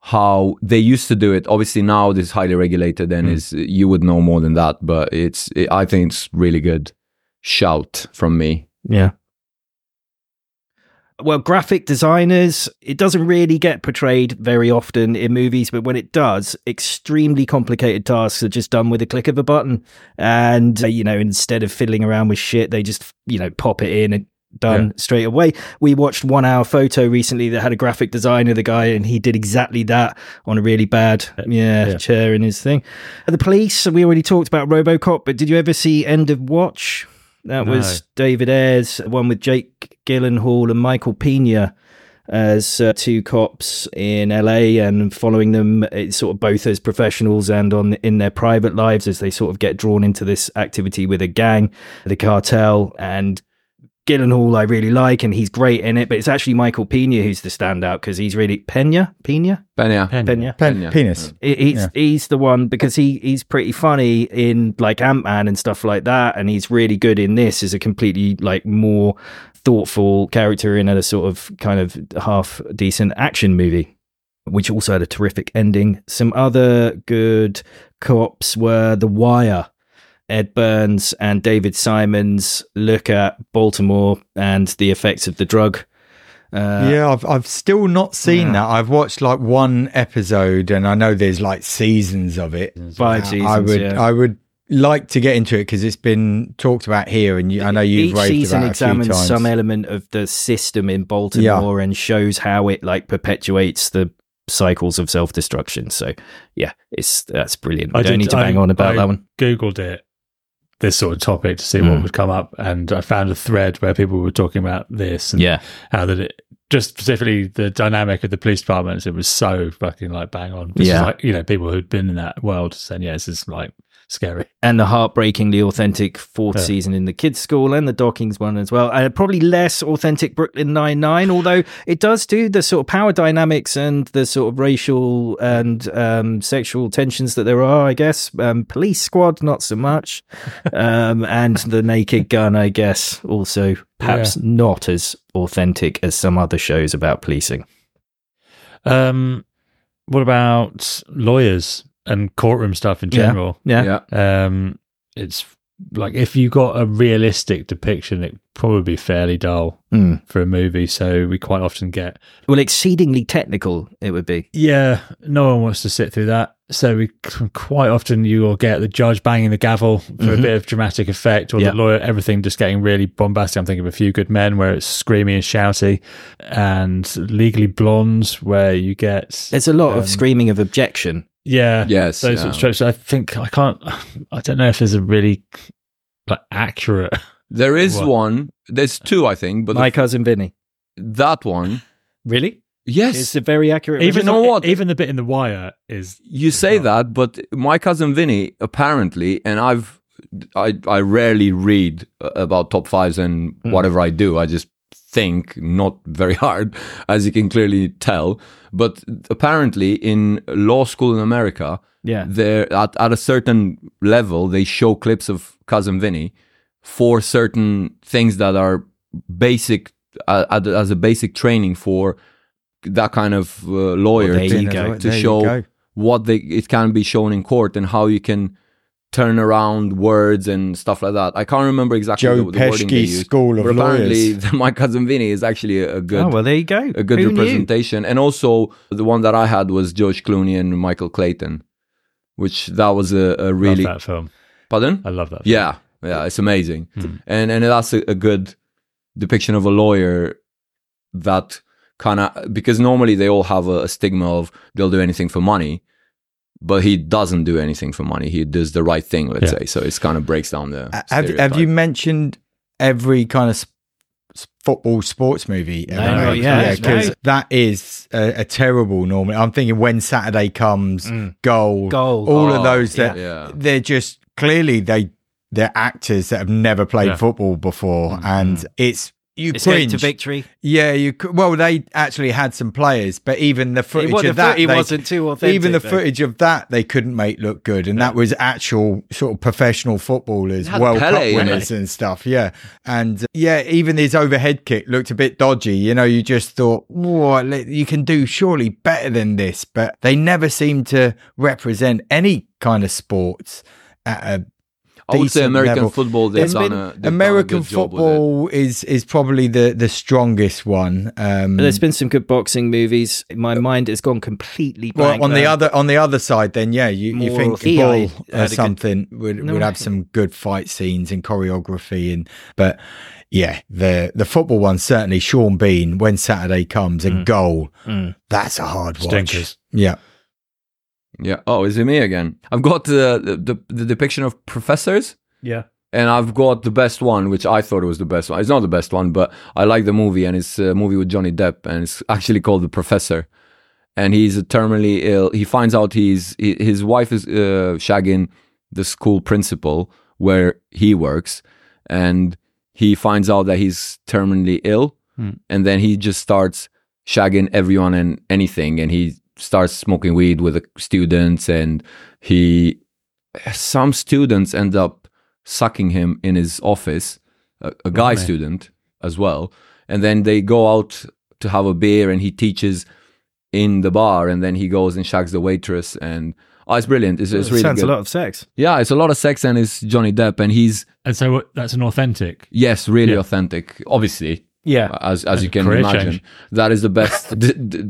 Speaker 2: how they used to do it. Obviously now this is highly regulated
Speaker 3: Hmm.
Speaker 2: and is you would know more than that, but it's it, I think it's really good. Shout from me.
Speaker 1: Yeah. Well, graphic designers, it doesn't really get portrayed very often in movies, but when it does, extremely complicated tasks are just done with a click of a button. And, uh, you know, instead of fiddling around with shit, they just, you know, pop it in and done straight away. We watched One Hour Photo recently that had a graphic designer, the guy, and he did exactly that on a really bad yeah,
Speaker 3: Yeah.
Speaker 1: chair in his thing. Uh, The police, we already talked about Robocop, but did you ever see End of Watch? That
Speaker 3: No.
Speaker 1: was David Ayres, one with Jake Gyllenhaal and Michael Pena as uh, two cops in LA and following them it's sort of both as professionals and on in their private lives as they sort of get drawn into this activity with a gang, the cartel and Gyllenhaal I really like and he's great in it but it's actually Michael Pena who's the standout because he's really Pena Pena
Speaker 2: Pena.
Speaker 3: Pen.
Speaker 1: Pena
Speaker 4: Pen-
Speaker 2: Yeah.
Speaker 4: Penis.
Speaker 1: he- He's
Speaker 4: Yeah.
Speaker 1: he's the one because he he's pretty funny in like Ant Man and stuff like that, and he's really good in this as a completely like more thoughtful character in a sort of kind of half decent action movie, which also had a terrific ending. Some other good co-ops were The Wire. Ed Burns and David Simons look at Baltimore and the effects of the drug. Uh,
Speaker 4: yeah, I've I've still not seen that. I've watched like one episode, and I know there's like seasons of it. Uh,
Speaker 1: Five
Speaker 4: I-
Speaker 1: seasons.
Speaker 4: I would
Speaker 1: yeah.
Speaker 4: I would like to get into it because it's been talked about here, and you, I know you've
Speaker 1: each
Speaker 4: raved
Speaker 1: season
Speaker 4: about it
Speaker 1: examines
Speaker 4: a few times.
Speaker 1: some element of the system in Baltimore and shows how it like perpetuates the cycles of self destruction. So yeah, it's that's brilliant. I,
Speaker 3: I
Speaker 1: don't
Speaker 3: did-
Speaker 1: need to bang
Speaker 3: I-
Speaker 1: on about
Speaker 3: I-
Speaker 1: that one.
Speaker 3: Googled it, this sort of topic, to see
Speaker 1: Mm.
Speaker 3: what would come up. And I found a thread where people were talking about this and
Speaker 1: Yeah,
Speaker 3: how that it, just specifically the dynamic of the police departments, it was so fucking like bang on. This is
Speaker 1: Yeah.
Speaker 3: Like, you know, people who'd been in that world saying, yeah, this is like scary.
Speaker 1: and the heartbreakingly authentic fourth
Speaker 3: Yeah.
Speaker 1: season in the kids' school and the Dockings one as well, and probably less authentic Brooklyn Nine Nine, although it does do the sort of power dynamics and the sort of racial and um, sexual tensions that there are. I guess um, Police Squad not so much, um, and the Naked Gun, I guess, also perhaps not as authentic as some other shows about policing.
Speaker 3: Um, what about lawyers and courtroom stuff in general?
Speaker 1: Yeah,
Speaker 2: Yeah.
Speaker 3: Um, it's like if you got a realistic depiction, it'd probably be fairly dull
Speaker 1: Mm.
Speaker 3: for a movie. So we quite often get
Speaker 1: well, exceedingly technical it would be.
Speaker 3: Yeah, no one wants to sit through that. So we quite often you will get the judge banging the gavel for a
Speaker 1: Mhm.
Speaker 3: bit of dramatic effect, or
Speaker 1: Yeah.
Speaker 3: the lawyer, everything just getting really bombastic. I'm thinking of a few good men where it's screamy and shouty, and legally blonde where you get
Speaker 1: There's a lot
Speaker 3: Um,
Speaker 1: of screaming of objection.
Speaker 3: yeah
Speaker 2: Yes.
Speaker 3: those
Speaker 2: yeah.
Speaker 3: sort of tropes. I think I can't. I don't know if there's a really like accurate.
Speaker 2: there is
Speaker 3: What?
Speaker 2: one. There's two, I think, but the-
Speaker 1: My cousin Vinny.
Speaker 2: that one.
Speaker 3: Really,
Speaker 1: It's
Speaker 2: Yes.
Speaker 1: a very accurate.
Speaker 3: even
Speaker 2: you know
Speaker 3: the,
Speaker 2: what?
Speaker 3: even the bit in the wire is
Speaker 2: You say
Speaker 3: not.
Speaker 2: that, but my cousin Vinny apparently, and I've I I rarely read uh, about top fives and whatever I do. I just think not very (laughs) hard, as you can clearly tell. But apparently, in law school in America,
Speaker 1: Yeah.
Speaker 2: they're at, at a certain level they show clips of cousin Vinny for certain things that are basic uh, ad- as a basic training for that kind of uh, lawyer
Speaker 1: Well, there
Speaker 2: to,
Speaker 1: you go.
Speaker 2: to
Speaker 4: There you
Speaker 2: show
Speaker 4: go.
Speaker 2: what they it can be shown in court and how you can turn around words and stuff like that. I can't remember exactly
Speaker 4: Joe
Speaker 2: the, the wording they
Speaker 4: Pesci
Speaker 2: used,
Speaker 4: School of
Speaker 2: but apparently (laughs)
Speaker 4: Lawyers.
Speaker 2: my cousin Vinny is actually a good
Speaker 1: Oh, well, there you go.
Speaker 2: a good
Speaker 1: Who knew?
Speaker 2: representation. And also the one that I had was George Clooney and Michael Clayton, which that was a, a really
Speaker 3: love that film.
Speaker 2: pardon.
Speaker 3: I love that. Film.
Speaker 2: Yeah, yeah, it's amazing, and and that's a, a good depiction of a lawyer that kind of because normally they all have a, a stigma of they'll do anything for money. But he doesn't do anything for money. He does the right thing, let's
Speaker 3: Yeah.
Speaker 2: say. So it's kind of breaks down the.
Speaker 4: Uh, Have, have you mentioned every kind of sp- s- football sports movie?
Speaker 1: No,
Speaker 4: ever made?
Speaker 1: not yet,
Speaker 4: because
Speaker 1: no.
Speaker 4: that is a, a terrible normal. I'm thinking when Saturday comes,
Speaker 1: Mm.
Speaker 4: goal,
Speaker 1: Goal.
Speaker 4: all
Speaker 2: Oh,
Speaker 4: of those that
Speaker 2: yeah.
Speaker 4: they're just clearly they they're actors that have never played
Speaker 3: Yeah.
Speaker 4: football before,
Speaker 1: Mm.
Speaker 4: and it's you
Speaker 1: Escape to
Speaker 4: cringe.
Speaker 1: victory.
Speaker 4: Yeah, you cou- well they actually had some players, but even the footage
Speaker 1: wa- the
Speaker 4: of that
Speaker 1: footage
Speaker 4: they-
Speaker 1: wasn't too authentic,
Speaker 4: Even the
Speaker 1: though.
Speaker 4: footage of that they couldn't make look good, and that was actual sort of professional footballers,
Speaker 2: It had
Speaker 4: World
Speaker 2: Pele
Speaker 4: Cup
Speaker 2: in
Speaker 4: winners and stuff. Yeah, and uh, yeah, even his overhead kick looked a bit dodgy. You know, you just thought, "What you can do surely better than this," but they never seem to represent any kind of sports at a
Speaker 2: I would say
Speaker 4: decent
Speaker 2: American
Speaker 4: level.
Speaker 2: football. They've
Speaker 4: There's
Speaker 2: done
Speaker 4: been-
Speaker 2: a they've done a
Speaker 4: American
Speaker 2: good job with it.
Speaker 4: football is is probably the the strongest one. Um,
Speaker 1: But there's been some good boxing movies. My mind has gone completely blank.
Speaker 4: well, on the
Speaker 1: now.
Speaker 4: other on the other side, then yeah, you, you
Speaker 1: More
Speaker 4: think
Speaker 1: he- I
Speaker 4: Bull
Speaker 1: had a
Speaker 4: or
Speaker 1: good-
Speaker 4: something would,
Speaker 1: No,
Speaker 4: would have
Speaker 1: I-
Speaker 4: some good fight scenes and choreography, and but yeah, the the football one certainly. Sean Bean when Saturday comes and goal,
Speaker 1: Mm.
Speaker 4: that's a hard watch.
Speaker 3: Stinkers.
Speaker 4: Yeah,
Speaker 2: Yeah. Oh, is it me again? I've got the the, the, the depiction of professors,
Speaker 3: Yeah.
Speaker 2: and I've got the best one, which I thought was the best one. It's not the best one, but I like the movie, and it's a movie with Johnny Depp, and it's actually called The Professor. And he's a terminally ill. He finds out he's he, his wife is uh, shagging the school principal where he works, and he finds out that he's terminally ill, and then he just starts shagging everyone and anything and he starts smoking weed with the students and he some students end up sucking him in his office a, a guy student as well and then they go out to have a beer and he teaches in the bar and then he goes and shags the waitress and oh it's brilliant it's, it's really
Speaker 1: sounds
Speaker 2: good
Speaker 1: a lot of sex.
Speaker 2: yeah it's a lot of sex and it's johnny depp and he's
Speaker 3: And so that's an authentic.
Speaker 2: yes really
Speaker 3: Yeah.
Speaker 2: authentic obviously
Speaker 1: Yeah.
Speaker 2: as as you can
Speaker 3: Career
Speaker 2: imagine.
Speaker 3: change.
Speaker 2: That is the best (laughs) d- d-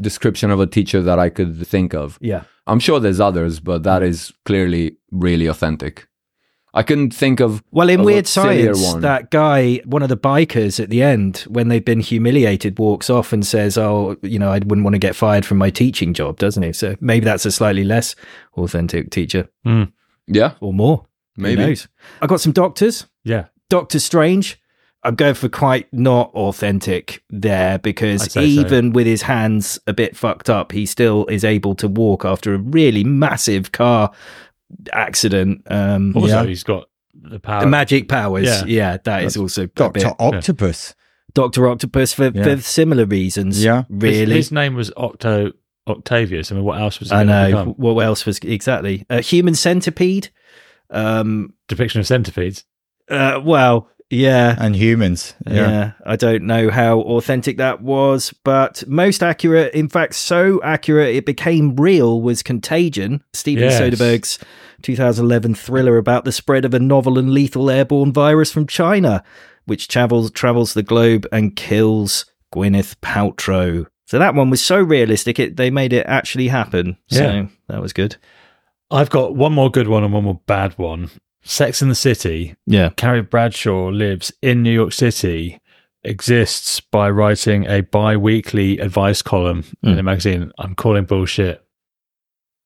Speaker 2: description of a teacher that I could think of.
Speaker 1: Yeah.
Speaker 2: I'm sure there's others, but that is clearly really authentic. I couldn't think of
Speaker 1: Well, in
Speaker 2: a
Speaker 1: Weird
Speaker 2: lot sillier
Speaker 1: Science,
Speaker 2: one.
Speaker 1: that guy, one of the bikers at the end, when they've been humiliated, walks off and says, Oh, you know, I wouldn't want to get fired from my teaching job, doesn't he? So maybe that's a slightly less authentic teacher
Speaker 2: yeah,
Speaker 1: or more.
Speaker 2: Maybe.
Speaker 1: Who knows? I got some doctors.
Speaker 3: Yeah.
Speaker 1: Doctor Strange. I'm going for quite not authentic there
Speaker 3: I'd
Speaker 1: because
Speaker 3: say so.
Speaker 1: even with his hands a bit fucked up, he still is able to walk after a really massive car accident. Um,
Speaker 3: Also,
Speaker 4: Yeah.
Speaker 3: he's got the power.
Speaker 1: the magic powers. Yeah,
Speaker 3: Yeah.
Speaker 1: that is also
Speaker 4: Doctor
Speaker 1: Doctor
Speaker 4: Octopus.
Speaker 1: Doctor Octopus for,
Speaker 4: Yeah.
Speaker 1: for similar reasons.
Speaker 4: Yeah.
Speaker 3: His-
Speaker 1: really.
Speaker 3: His, name was Octo Octavius. I mean, what else was he
Speaker 1: I
Speaker 3: gonna
Speaker 1: know.
Speaker 3: become?
Speaker 1: What else was exactly a human centipede? Um,
Speaker 3: Depiction of centipedes.
Speaker 1: uh, well, yeah.
Speaker 4: and humans.
Speaker 1: Yeah. I don't know how authentic that was, but most accurate, in fact, so accurate it became real was Contagion, Steven
Speaker 3: Yes.
Speaker 1: Soderbergh's 2011 thriller about the spread of a novel and lethal airborne virus from China, which travels travels the globe and kills Gwyneth Paltrow. So that one was so realistic, it they made it actually happen.
Speaker 3: Yeah.
Speaker 1: So that was good.
Speaker 3: I've got one more good one and one more bad one. Sex in the City.
Speaker 1: Yeah.
Speaker 3: Carrie Bradshaw lives in New York City, exists by writing a bi weekly advice column in a magazine. I'm calling bullshit.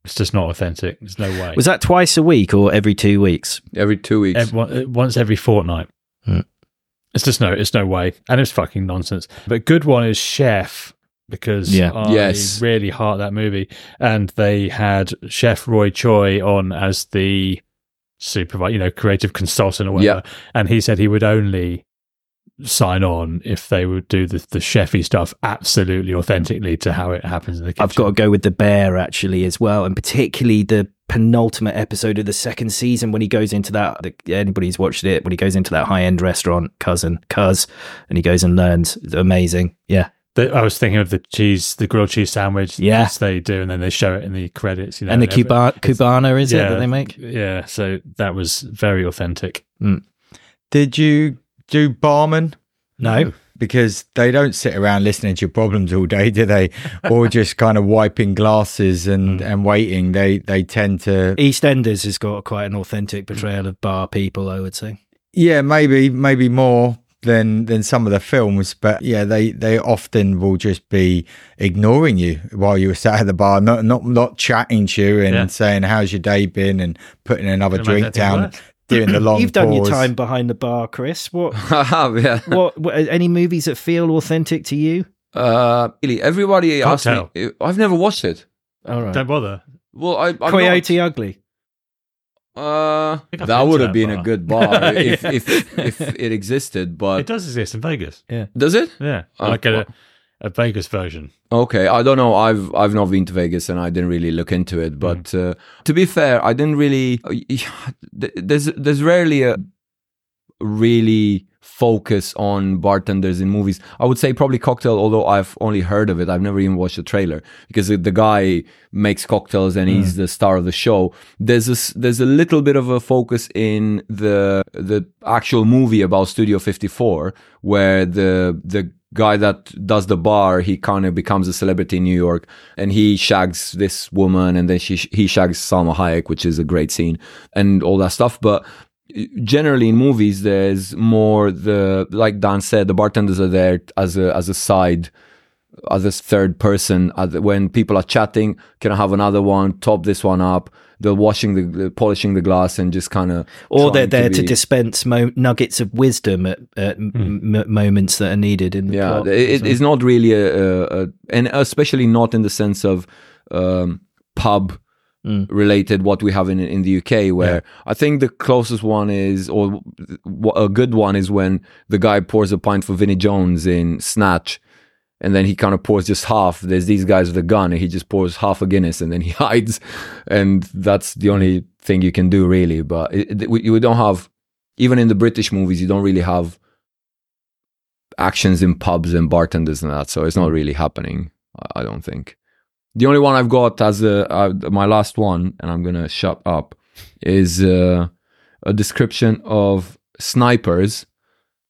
Speaker 3: It's just not authentic. There's no way.
Speaker 1: Was that twice a week or every two weeks?
Speaker 2: every two weeks.
Speaker 3: Ev- on- uh, once every fortnight.
Speaker 1: Hmm.
Speaker 3: It's just no, it's no way, and it's fucking nonsense. But good one is Chef because
Speaker 1: Yeah.
Speaker 3: I
Speaker 2: Yes.
Speaker 3: really heart that movie, and they had Chef Roy Choi on as the supervisor, you know, creative consultant or whatever. And he said he would only sign on if they would do the, the chefy stuff absolutely authentically to how it happens in the kitchen.
Speaker 1: I've got to go with the bear actually as well, and particularly the penultimate episode of the second season when he goes into that. The, anybody's watched it when he goes into that high end restaurant, cousin, cuz, and he goes and learns. It's amazing, yeah.
Speaker 3: The- I was thinking of the cheese, the grilled cheese sandwich.
Speaker 1: Yeah.
Speaker 3: yes, they do, and then they show it in the credits. You know,
Speaker 1: and the
Speaker 3: every-
Speaker 1: Cuba- Cubana is it
Speaker 3: Yeah.
Speaker 1: that they make?
Speaker 3: Yeah, so that was very authentic.
Speaker 4: Did you do barman?
Speaker 1: No,
Speaker 4: Because they don't sit around listening to your problems all day, do they? or just kind of wiping glasses and,
Speaker 1: Mm.
Speaker 4: and waiting. They they tend to
Speaker 1: EastEnders has got quite an authentic portrayal of bar people. I would say.
Speaker 4: Yeah, maybe maybe more than than some of the films, but yeah, they they often will just be ignoring you while you were sat at the bar, not not not chatting to you and
Speaker 3: Yeah.
Speaker 4: saying how's your day been and putting another
Speaker 3: Gonna make that
Speaker 4: drink
Speaker 3: thing
Speaker 4: down,
Speaker 3: worse. (coughs)
Speaker 4: doing the long
Speaker 1: You've done your
Speaker 4: pause.
Speaker 1: time behind the bar, Chris. What?
Speaker 2: (laughs) I have, yeah.
Speaker 1: What, (laughs) what? Any movies that feel authentic to you?
Speaker 2: Uh, really, everybody asks
Speaker 3: Cocktail.
Speaker 2: me. I've never watched it.
Speaker 1: All right.
Speaker 3: Don't bother.
Speaker 2: Well, I, I'm
Speaker 1: Coyote Ugly.
Speaker 2: Not, uh,
Speaker 3: think I've
Speaker 2: that
Speaker 3: been to
Speaker 2: would
Speaker 3: that
Speaker 2: have been
Speaker 3: bar.
Speaker 2: a good
Speaker 3: (laughs)
Speaker 2: bar if,
Speaker 3: Yeah.
Speaker 2: if if it existed. But
Speaker 3: It does exist in Vegas.
Speaker 2: does it?
Speaker 3: Yeah,
Speaker 2: Oh,
Speaker 3: like a,
Speaker 2: well-
Speaker 3: a Vegas version.
Speaker 2: Okay, I don't know. I've I've not been to Vegas and I didn't really look into it. But
Speaker 3: Hmm.
Speaker 2: uh, to be fair, I didn't really. uh, (laughs) There's there's rarely a really focus on bartenders in movies. I would say probably cocktail, although I've only heard of it. I've never even watched the trailer because the, the guy makes cocktails and he's the star of the show. There's a, s- there's a little bit of a focus in the the actual movie about Studio 54 where the the guy that does the bar he kind of becomes a celebrity in New York and he shags this woman and then she he shags Salma Hayek which is a great scene and all that stuff but generally in movies there's more the like Dan said the bartenders are there as a as a side as a third person as, when people are chatting can I have another one top this one up they're washing the, the polishing the glass and just kind of
Speaker 1: Or they're there to,
Speaker 2: be- Hmm.
Speaker 1: dispense mo- nuggets of wisdom at, at m- m- moments that are needed in the
Speaker 2: yeah
Speaker 1: plot.
Speaker 2: it, it's not really a, a, a and especially not in the sense of um, pub related what we have in in the UK where I think the closest one is or w- a good one is when the guy pours a pint for Vinnie Jones in Snatch and then he kind of pours just half there's these guys with a gun and he just pours half a Guinness and then he (laughs) hides and that's the only thing you can do really but it, it, we- you don't have even in the British movies you don't really have actions in pubs and bartenders and that. So it's not really happening, I- I don't think. The only one I've got as a, uh, my last one, and I'm gonna shut up, is uh, a description of snipers,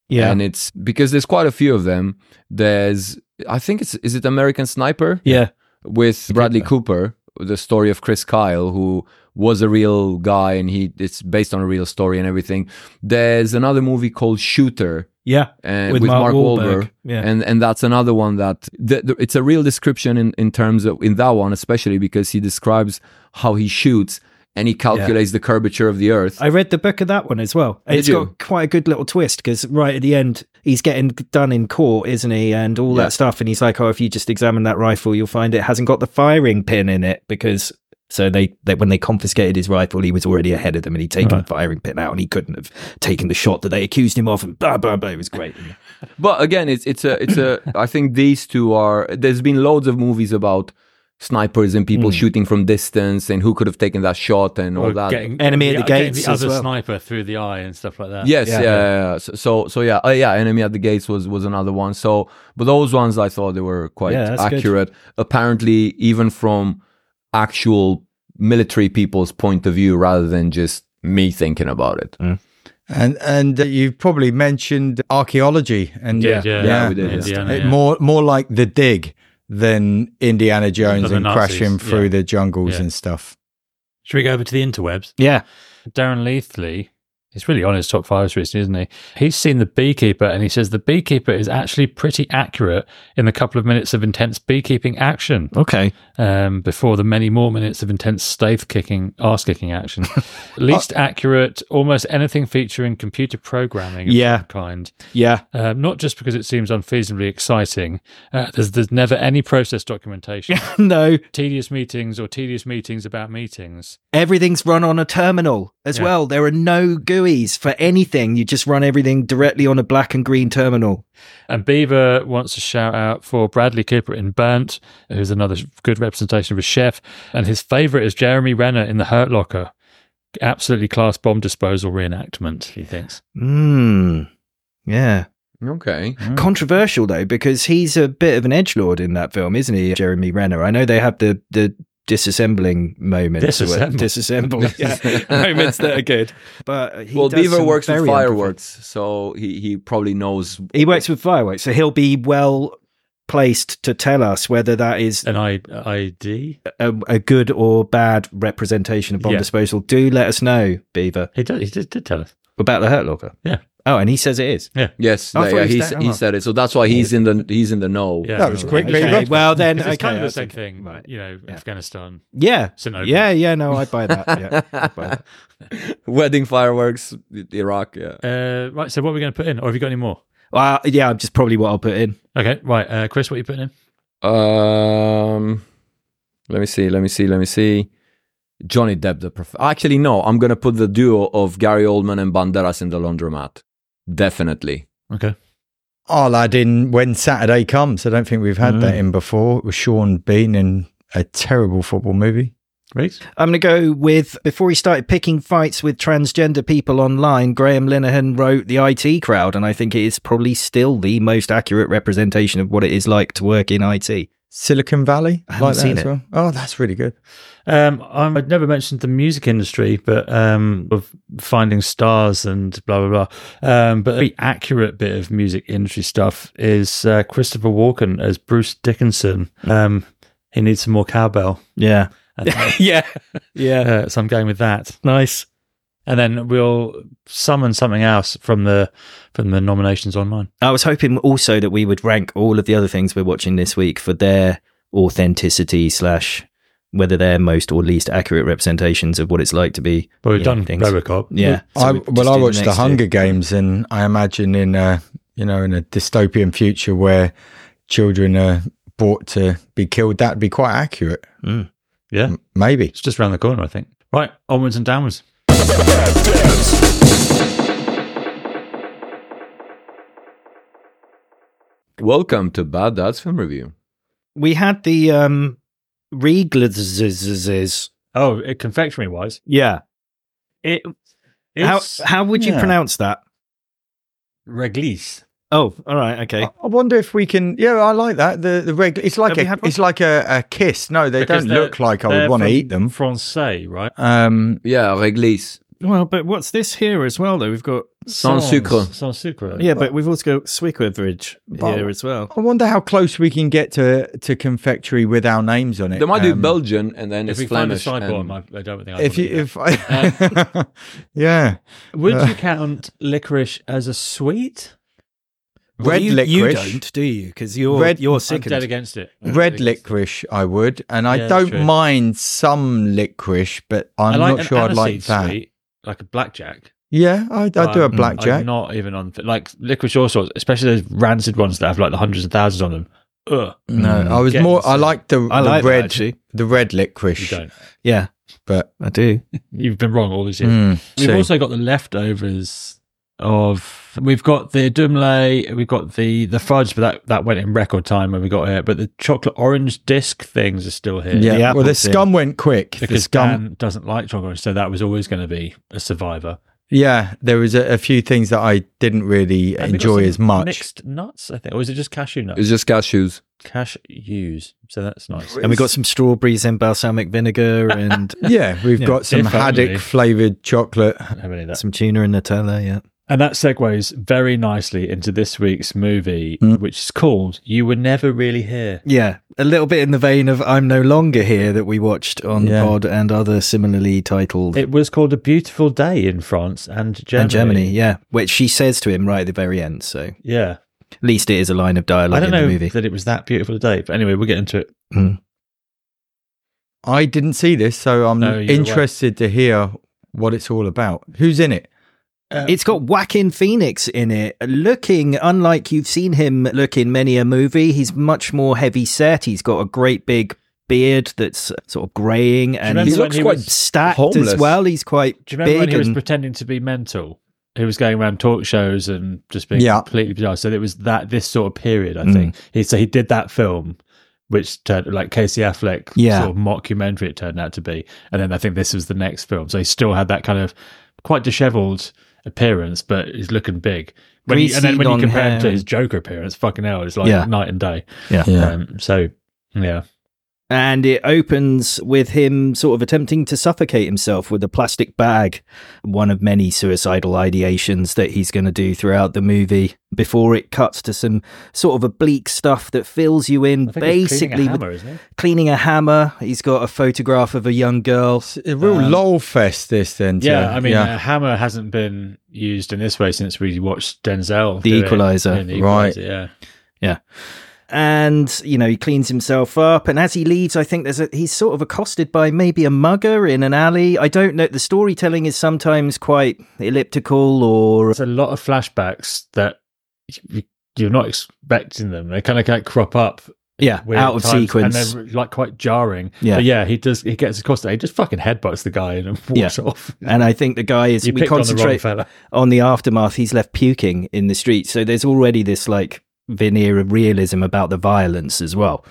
Speaker 1: yeah.
Speaker 2: and it's because there's quite a few of them. There's, I think it's, is it American Sniper?
Speaker 1: yeah.
Speaker 2: with Bradley Cooper, the story of Chris Kyle, who was a real guy and he it's based on a real story and everything. There's another movie called Shooter.
Speaker 1: Yeah,
Speaker 2: And
Speaker 1: with
Speaker 2: uh, with,
Speaker 1: Mark
Speaker 2: Mark,
Speaker 1: Wahlberg.
Speaker 2: Wahlberg.
Speaker 1: Yeah.
Speaker 2: And and that's another one that the, the, it's a real description in, in terms of in that one especially because he describes how he shoots and he calculates the curvature of the earth.
Speaker 1: I read the book of that one as well.
Speaker 2: Did
Speaker 1: It's
Speaker 2: you?
Speaker 1: got quite a good little twist because right at the end, he's getting done in court, isn't he? And all
Speaker 2: Yeah.
Speaker 1: that stuff. And he's like, oh, if you just examine that rifle, you'll find it hasn't got the firing pin in it because. So they, they when they confiscated his rifle, he was already ahead of them, and he'd taken the firing pin out, and he couldn't have taken the shot that they accused him of, and blah blah blah. It was great.
Speaker 2: But again, it's it's a it's a. I think these two are. There's been loads of movies about snipers and people
Speaker 1: Hmm.
Speaker 2: shooting from distance and who could have taken that shot and all
Speaker 3: Or
Speaker 2: that.
Speaker 3: getting-
Speaker 1: Enemy at the
Speaker 3: getting
Speaker 1: gates
Speaker 3: the
Speaker 1: as
Speaker 3: other
Speaker 1: well.
Speaker 3: sniper through the eye and stuff like that.
Speaker 2: Yes,
Speaker 1: Yeah.
Speaker 2: yeah, yeah, yeah. So, so, so yeah, uh, yeah. Enemy at the Gates was was another one. So, but those ones I thought they were quite
Speaker 1: Yeah, that's good.
Speaker 2: accurate. Apparently, even from actual military people's point of view, rather than just me thinking about it.
Speaker 4: And and uh, you've probably mentioned archaeology and
Speaker 3: Yeah, yeah,
Speaker 2: yeah, we did, yeah.
Speaker 3: Indiana,
Speaker 4: It-
Speaker 3: yeah.
Speaker 4: more more like the dig than Indiana Jones
Speaker 3: the
Speaker 4: and
Speaker 3: Nazis,
Speaker 4: crashing
Speaker 3: yeah.
Speaker 4: through the jungles
Speaker 3: Yeah.
Speaker 4: and stuff.
Speaker 3: Should we go over to the interwebs?
Speaker 1: Yeah,
Speaker 3: Darren Leithley He's really on his top fives recently, isn't he? He's seen the beekeeper and he says the beekeeper is actually pretty accurate in the couple of minutes of intense beekeeping action
Speaker 1: Okay.
Speaker 3: um, before the many more minutes of intense stave kicking, arse kicking action. Least accurate, almost anything featuring computer programming of
Speaker 1: Yeah.
Speaker 3: some kind.
Speaker 1: Yeah. (laughs)
Speaker 3: Um, not just because it seems unfeasibly exciting. Uh, there's, there's never any process documentation.
Speaker 1: no,
Speaker 3: tedious meetings or tedious meetings about meetings.
Speaker 1: everything's run on a terminal as
Speaker 3: Yeah.
Speaker 1: well. There are no GUIs for anything. You just run everything directly on a black and green terminal.
Speaker 3: And Beaver wants a shout out for Bradley Cooper in Burnt, who's another good representation of a chef. And his favorite is Jeremy Renner in The Hurt Locker. Absolutely class bomb disposal reenactment, he thinks.
Speaker 1: Hmm. Yeah.
Speaker 2: Okay.
Speaker 1: Hmm. Controversial though, because he's a bit of an edge lord in that film, isn't he? Jeremy Renner. I know they have the the disassembling moments. where-
Speaker 3: Disassemble.
Speaker 1: Disassemble. (laughs) yeah. moments that are good. But he
Speaker 2: well,
Speaker 1: does
Speaker 2: Beaver
Speaker 1: some
Speaker 2: works with
Speaker 1: very
Speaker 2: fireworks, so he, he probably knows.
Speaker 1: unprofessional- He works with fireworks, so he'll be well placed to tell us whether that is
Speaker 3: An I- ID?
Speaker 1: a, a good or bad representation of bomb
Speaker 3: Yeah.
Speaker 1: disposal. Do let us know, Beaver,
Speaker 3: He did, he did, did tell us.
Speaker 1: about the Hurt Locker.
Speaker 3: Yeah.
Speaker 1: Oh, and he says it is.
Speaker 2: Yes,
Speaker 1: Oh, I thought
Speaker 2: yeah,
Speaker 1: he
Speaker 2: he,
Speaker 1: said-
Speaker 2: s- he said it. So that's why he's in the he's in the know. (laughs)
Speaker 3: Yeah.
Speaker 4: That was quick,
Speaker 3: It's
Speaker 4: Beaver.
Speaker 1: Well, then, okay,
Speaker 3: kind of the
Speaker 1: that's
Speaker 3: same
Speaker 1: okay.
Speaker 3: thing,
Speaker 1: Right.
Speaker 3: you know,
Speaker 1: Yeah.
Speaker 3: Afghanistan.
Speaker 1: Yeah.
Speaker 3: Sinova.
Speaker 1: Yeah, yeah, no, I buy that.
Speaker 3: (laughs)
Speaker 1: Yeah. I buy that.
Speaker 2: Wedding fireworks, Iraq. Yeah.
Speaker 3: Uh, right, so what are we going to put in? Or have you got any more?
Speaker 1: Well, uh, yeah, just probably what I'll put in.
Speaker 3: Okay, right. Uh, Chris, what are you putting in?
Speaker 2: Um, let me see. Let me see. Let me see. Johnny Depp, the prof- actually no. I'm gonna put the duo of Gary Oldman and Banderas in the laundromat. Definitely.
Speaker 3: Okay.
Speaker 4: I'll add in when Saturday comes. I don't think we've had
Speaker 1: Mm.
Speaker 4: that in before. It was Sean Bean in a terrible football movie.
Speaker 3: Reese?
Speaker 1: I'm going to go with before he started picking fights with transgender people online, Graham Linehan wrote The IT Crowd, and I think it is probably still the most accurate representation of what it is like to work in IT.
Speaker 4: Silicon Valley,
Speaker 1: I haven't
Speaker 4: like that
Speaker 1: seen
Speaker 4: as
Speaker 1: it.
Speaker 4: well. Oh, that's really good.
Speaker 3: Um, I'm, I'd never mentioned the music industry, but um, of finding stars and blah blah blah. Um, but a very accurate bit of music industry stuff is uh, Christopher Walken as Bruce Dickinson. Um, he needs some more cowbell.
Speaker 1: Yeah.
Speaker 3: And,
Speaker 4: (laughs)
Speaker 3: uh,
Speaker 1: Yeah. Yeah.
Speaker 3: uh, so I'm going with that,
Speaker 1: Nice.
Speaker 3: and then we'll summon something else from the from the nominations online.
Speaker 1: I was hoping also that we would rank all of the other things we're watching this week for their authenticity slash whether they're most or least accurate representations of what it's like to be.
Speaker 3: But we've
Speaker 1: Yeah,
Speaker 3: done
Speaker 1: things.
Speaker 3: Robocop.
Speaker 1: Yeah. So
Speaker 4: I,
Speaker 1: we just
Speaker 4: well, I
Speaker 1: do
Speaker 4: watched The
Speaker 1: next two.
Speaker 4: Hunger Games, and I imagine in a you know in a dystopian future where children are bought to be killed, that'd be quite accurate.
Speaker 1: Mm.
Speaker 3: yeah,
Speaker 4: Maybe
Speaker 3: it's just around the corner, I think. Right, onwards and downwards.
Speaker 2: Welcome to Bad Dad's film review.
Speaker 1: We had the um, Reglazes.
Speaker 3: Oh, it, confectionery wise,
Speaker 1: Yeah.
Speaker 3: it.
Speaker 1: How, how would you
Speaker 4: yeah.
Speaker 1: pronounce that?
Speaker 3: Reglisse.
Speaker 1: Oh, all right. Okay.
Speaker 4: I, I wonder if we can. Yeah, I like that. The the regular. It's like
Speaker 1: Have we
Speaker 4: a
Speaker 1: had one?
Speaker 4: it's like a, a kiss. No, they
Speaker 3: Because
Speaker 4: don't
Speaker 3: they're-
Speaker 4: look like I
Speaker 3: they're
Speaker 4: would want to
Speaker 3: from
Speaker 4: eat them.
Speaker 3: Francais, right?
Speaker 4: Um,
Speaker 2: Yeah, réglisse.
Speaker 1: Well, but what's this here as well, though? We've got.
Speaker 2: Sans sucre.
Speaker 3: Sans sucre.
Speaker 1: Yeah, but we've also got Swickerbridge
Speaker 4: But-
Speaker 1: here as well.
Speaker 4: I wonder how close we can get to to confectionery with our names on it.
Speaker 2: They might do
Speaker 4: Um,
Speaker 2: Belgian and then
Speaker 3: If
Speaker 2: it's
Speaker 3: we find a
Speaker 2: Flemish.
Speaker 3: sideboard,
Speaker 2: and-
Speaker 3: I I don't think I
Speaker 4: If you, if I, (laughs) yeah,
Speaker 3: would
Speaker 4: uh, (laughs)
Speaker 3: you count licorice as a sweet?
Speaker 4: red
Speaker 1: you,
Speaker 4: licorice.
Speaker 1: You don't, do you? Because you're
Speaker 4: Red-
Speaker 1: you're
Speaker 3: I'm
Speaker 1: sick.
Speaker 3: dead against it. I'm
Speaker 4: Red
Speaker 3: dead against it.
Speaker 4: licorice, I would, and I
Speaker 3: Yeah, that's
Speaker 4: don't
Speaker 3: true.
Speaker 4: mind some licorice, but
Speaker 3: I
Speaker 4: I'm
Speaker 3: like
Speaker 4: not
Speaker 3: an
Speaker 4: sure I'd like
Speaker 3: aniseed
Speaker 4: that.
Speaker 3: Sweet, like a blackjack.
Speaker 4: Yeah, I'd, I'd do a blackjack.
Speaker 3: I'm not even on like licorice all sorts, especially those rancid ones that have like the hundreds and thousands on them. Ugh,
Speaker 4: Mm. no, I was
Speaker 3: Mm, Getting
Speaker 4: more. I
Speaker 3: some.
Speaker 4: like the,
Speaker 1: I
Speaker 4: the
Speaker 1: like that,
Speaker 4: red,
Speaker 1: actually.
Speaker 4: the red
Speaker 3: you
Speaker 4: licorice,
Speaker 3: don't.
Speaker 1: Yeah,
Speaker 4: but
Speaker 1: I do.
Speaker 3: You've been wrong all these years.
Speaker 4: mm,
Speaker 3: We've
Speaker 4: see.
Speaker 3: also got the leftovers of we've got the Dumlay, we've got the the fudge, but that that went in record time when we got here. But the chocolate orange disc things are still here.
Speaker 4: yeah.
Speaker 1: The
Speaker 4: well, the
Speaker 1: apples in.
Speaker 4: scum went quick. the
Speaker 3: Because
Speaker 4: scum,
Speaker 3: Dan doesn't like chocolate orange, so that was always going to be a survivor.
Speaker 4: yeah, there was a, a few things that I didn't really
Speaker 3: And we got
Speaker 4: enjoy
Speaker 3: some
Speaker 4: as much.
Speaker 3: Mixed nuts, I think. Or is it just cashew nuts?
Speaker 2: It's just cashews.
Speaker 3: cashews. So that's nice.
Speaker 1: And we got some strawberries in balsamic (laughs) vinegar and
Speaker 4: Yeah, we've
Speaker 1: Yeah.
Speaker 4: got some
Speaker 3: If only.
Speaker 4: haddock flavored chocolate.
Speaker 3: I don't have any of that.
Speaker 1: some tuna and Nutella. Yeah,
Speaker 3: And that segues very nicely into this week's movie,
Speaker 4: Mm.
Speaker 3: which is called You Were Never Really Here.
Speaker 1: Yeah, a little bit in the vein of I'm No Longer Here that we watched on
Speaker 3: Yeah.
Speaker 1: the pod and other similarly titled.
Speaker 3: It was called A Beautiful Day in France and Germany.
Speaker 1: and Germany, yeah, which she says to him right at the very end. So at
Speaker 3: Yeah.
Speaker 1: least it is a line of
Speaker 3: I
Speaker 1: dialogue
Speaker 3: don't
Speaker 1: in
Speaker 3: know
Speaker 1: the movie.
Speaker 3: that it was that beautiful a day, but anyway, we'll get into it.
Speaker 4: I didn't see this, so I'm
Speaker 3: No, you were
Speaker 4: interested to hear what it's all about. Who's in it?
Speaker 3: uh,
Speaker 1: It's got Joaquin Phoenix in it, looking unlike you've seen him look in many a movie. He's much more heavy set. He's got a great big beard that's sort of graying and
Speaker 3: remember
Speaker 1: he's
Speaker 2: he
Speaker 3: when
Speaker 2: looks
Speaker 3: he
Speaker 2: quite
Speaker 3: was-
Speaker 1: stacked
Speaker 2: homeless.
Speaker 1: as well. He's quite
Speaker 3: Do you remember when
Speaker 1: big
Speaker 3: he was
Speaker 1: and-
Speaker 3: pretending to be mental? He was going around talk shows and just being
Speaker 4: Yeah.
Speaker 3: completely bizarre. So it was that this sort of period,
Speaker 1: Mm.
Speaker 3: I think. He so he did that film, which turned like Casey Affleck
Speaker 1: Yeah.
Speaker 3: sort of mockumentary it turned out to be, and then I think this was the next film. So he still had that kind of quite dishevelled appearance, but he's looking big. When he, and
Speaker 1: Greasy
Speaker 3: then when you
Speaker 1: long
Speaker 3: compare him to
Speaker 1: hair.
Speaker 3: his Joker appearance, fucking hell, it's like
Speaker 1: Yeah.
Speaker 3: night and day.
Speaker 4: Yeah.
Speaker 3: Um, so yeah,
Speaker 1: and it opens with him sort of attempting to suffocate himself with a plastic bag, one of many suicidal ideations that he's going to do throughout the movie before it cuts to some sort of oblique stuff that fills you in
Speaker 3: I think he's cleaning
Speaker 1: basically
Speaker 3: a
Speaker 1: with
Speaker 3: hammer, isn't he?
Speaker 1: cleaning a hammer. He's got a photograph of a young girl.
Speaker 4: It's
Speaker 3: uh,
Speaker 4: a real lol fest, this then. to-
Speaker 3: Um, Yeah, I mean, uh, a hammer hasn't been used in this way since we watched Denzel,
Speaker 1: The
Speaker 3: do it
Speaker 1: Equalizer.
Speaker 3: in The
Speaker 4: Right.
Speaker 3: Equalizer, Yeah,
Speaker 1: And, you know, he cleans himself up. And as he leaves, I think there's a, he's sort of accosted by maybe a mugger in an alley. I don't know. The storytelling is sometimes quite elliptical or
Speaker 3: there's a lot of flashbacks that you, you're not expecting them. They kind of like crop up.
Speaker 1: Yeah,
Speaker 3: weird
Speaker 1: out of
Speaker 3: times,
Speaker 1: sequence.
Speaker 3: and they're like quite jarring.
Speaker 1: Yeah.
Speaker 3: but yeah, he does. He gets across there. He just fucking headbutts the guy and (laughs) walks off.
Speaker 1: And I think the guy is
Speaker 3: You
Speaker 1: we
Speaker 3: picked on the wrong
Speaker 1: concentrate on
Speaker 3: fella.
Speaker 1: the, aftermath. He's left puking in the street, so there's already this like veneer of realism about the violence as well.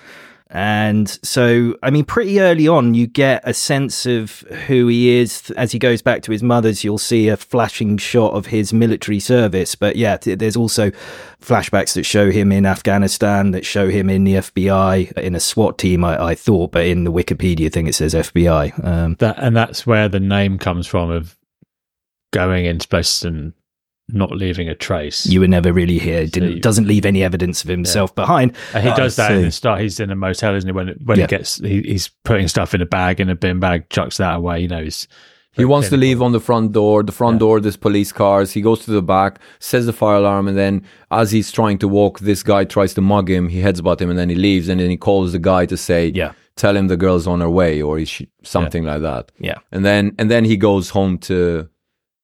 Speaker 1: And so, I mean, pretty early on, you get a sense of who he is as he goes back to his mother's. You'll see a flashing shot of his military service, but yeah, th- there's also flashbacks that show him in Afghanistan, that show him in the FBI, in a SWAT team, I, I thought, but in the Wikipedia thing it says FBI. Um,
Speaker 3: That and that's where the name comes from of going into space and not leaving a trace.
Speaker 1: you were never really here. Didn't
Speaker 3: you-
Speaker 1: doesn't leave any evidence of himself behind.
Speaker 3: And he
Speaker 1: Oh,
Speaker 3: does
Speaker 1: I
Speaker 3: that in
Speaker 1: see.
Speaker 3: the start. He's in a motel, isn't he? When when
Speaker 1: Yeah.
Speaker 3: he gets, he, he's putting stuff in a bag in a bin bag, chucks that away. You know, he's
Speaker 2: He wants to leave on the front door. The front door, there's police cars. He goes to the back, says the fire alarm, and then as he's trying to walk, this guy tries to mug him. He heads about him, and then he leaves. And then he calls the guy to say,
Speaker 1: Yeah.
Speaker 2: tell him the girl's on her way," or is she, something like that.
Speaker 1: Yeah.
Speaker 2: And then and then he goes home to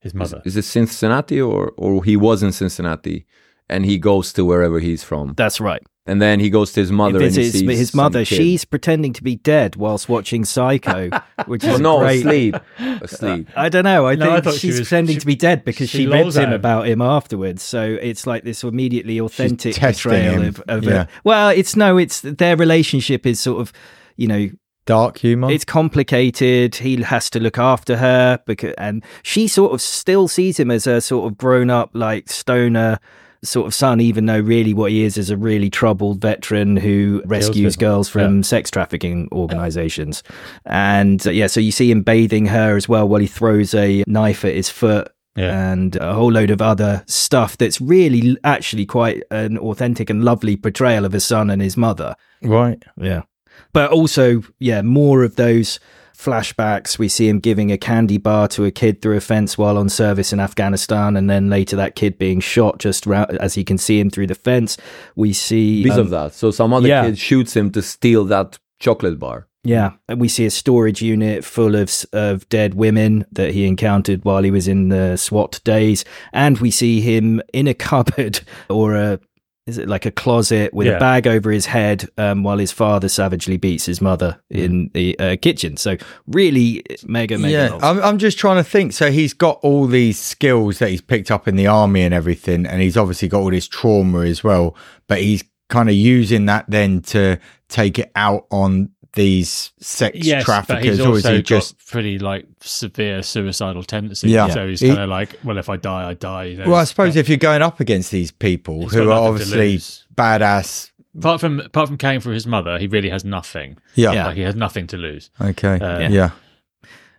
Speaker 3: his mother.
Speaker 2: is it Cincinnati or or he was in Cincinnati, and he goes to wherever he's from,
Speaker 1: That's right.
Speaker 2: and then he goes to his
Speaker 1: It
Speaker 2: mother. and he
Speaker 1: visits
Speaker 2: sees
Speaker 1: his
Speaker 2: some
Speaker 1: mother.
Speaker 2: kid.
Speaker 1: She's pretending to be dead whilst watching
Speaker 3: (laughs)
Speaker 1: Psycho, which
Speaker 2: well,
Speaker 1: is
Speaker 2: no
Speaker 1: great. (laughs)
Speaker 2: asleep, asleep.
Speaker 1: I don't know. I
Speaker 3: No, I
Speaker 1: think
Speaker 3: thought she
Speaker 1: she's
Speaker 3: was-
Speaker 1: pretending
Speaker 3: she-
Speaker 1: to be dead because
Speaker 3: she
Speaker 1: she, ribs
Speaker 3: lolls at
Speaker 1: him
Speaker 3: him.
Speaker 1: about him afterwards. So it's like this immediately authentic
Speaker 4: testing
Speaker 1: portrayal
Speaker 4: him.
Speaker 1: of, of
Speaker 4: Yeah.
Speaker 1: a, well, it's no, it's their relationship is sort of, you know,
Speaker 4: Dark humor.
Speaker 1: It's complicated. He has to look after her because, and she sort of still sees him as a sort of grown up, like stoner sort of son, even though really what he is is a really troubled veteran who rescues
Speaker 3: people.
Speaker 1: girls from sex trafficking organizations. And uh, yeah, so you see him bathing her as well while he throws a knife at his foot.
Speaker 3: Yeah.
Speaker 1: And a whole load of other stuff that's really l- actually quite an authentic and lovely portrayal of his son and his mother.
Speaker 4: right.
Speaker 1: Yeah. But also, yeah, more of those flashbacks. We see him giving a candy bar to a kid through a fence while on service in Afghanistan, and then later that kid being shot just ra- as he can see him through the fence. We see.
Speaker 2: Piece
Speaker 1: um,
Speaker 2: of that. So some other
Speaker 1: yeah.
Speaker 2: kid shoots him to steal that chocolate bar.
Speaker 1: yeah, and we see a storage unit full of s- of dead women that he encountered while he was in the SWAT days, and we see him in a (laughs) cupboard or a is it like a closet with a
Speaker 3: Yeah.
Speaker 1: bag over his head um, while his father savagely beats his mother in the uh, kitchen. So really eh, mega mega.
Speaker 4: yeah,
Speaker 1: novel.
Speaker 4: I'm, I'm just trying to think. So he's got all these skills that he's picked up in the army and everything, and he's obviously got all this trauma as well. But he's kind of using that then to take it out on these sex
Speaker 3: Yes, but
Speaker 4: traffickers,
Speaker 3: he's
Speaker 4: or is
Speaker 3: also
Speaker 4: he
Speaker 3: got
Speaker 4: just?
Speaker 3: pretty like severe suicidal tendencies.
Speaker 4: Yeah.
Speaker 3: so he's
Speaker 4: He-
Speaker 3: kind of like, well, if I die, I die. you know,
Speaker 4: Well, I
Speaker 3: he's-
Speaker 4: suppose if you're going up against these people
Speaker 3: He's got
Speaker 4: who are
Speaker 3: nothing to
Speaker 4: obviously
Speaker 3: lose.
Speaker 4: badass,
Speaker 3: apart from apart from caring for his mother, he really has nothing.
Speaker 4: yeah,
Speaker 1: Yeah.
Speaker 3: Like he has nothing to lose.
Speaker 4: okay,
Speaker 3: Uh,
Speaker 4: yeah.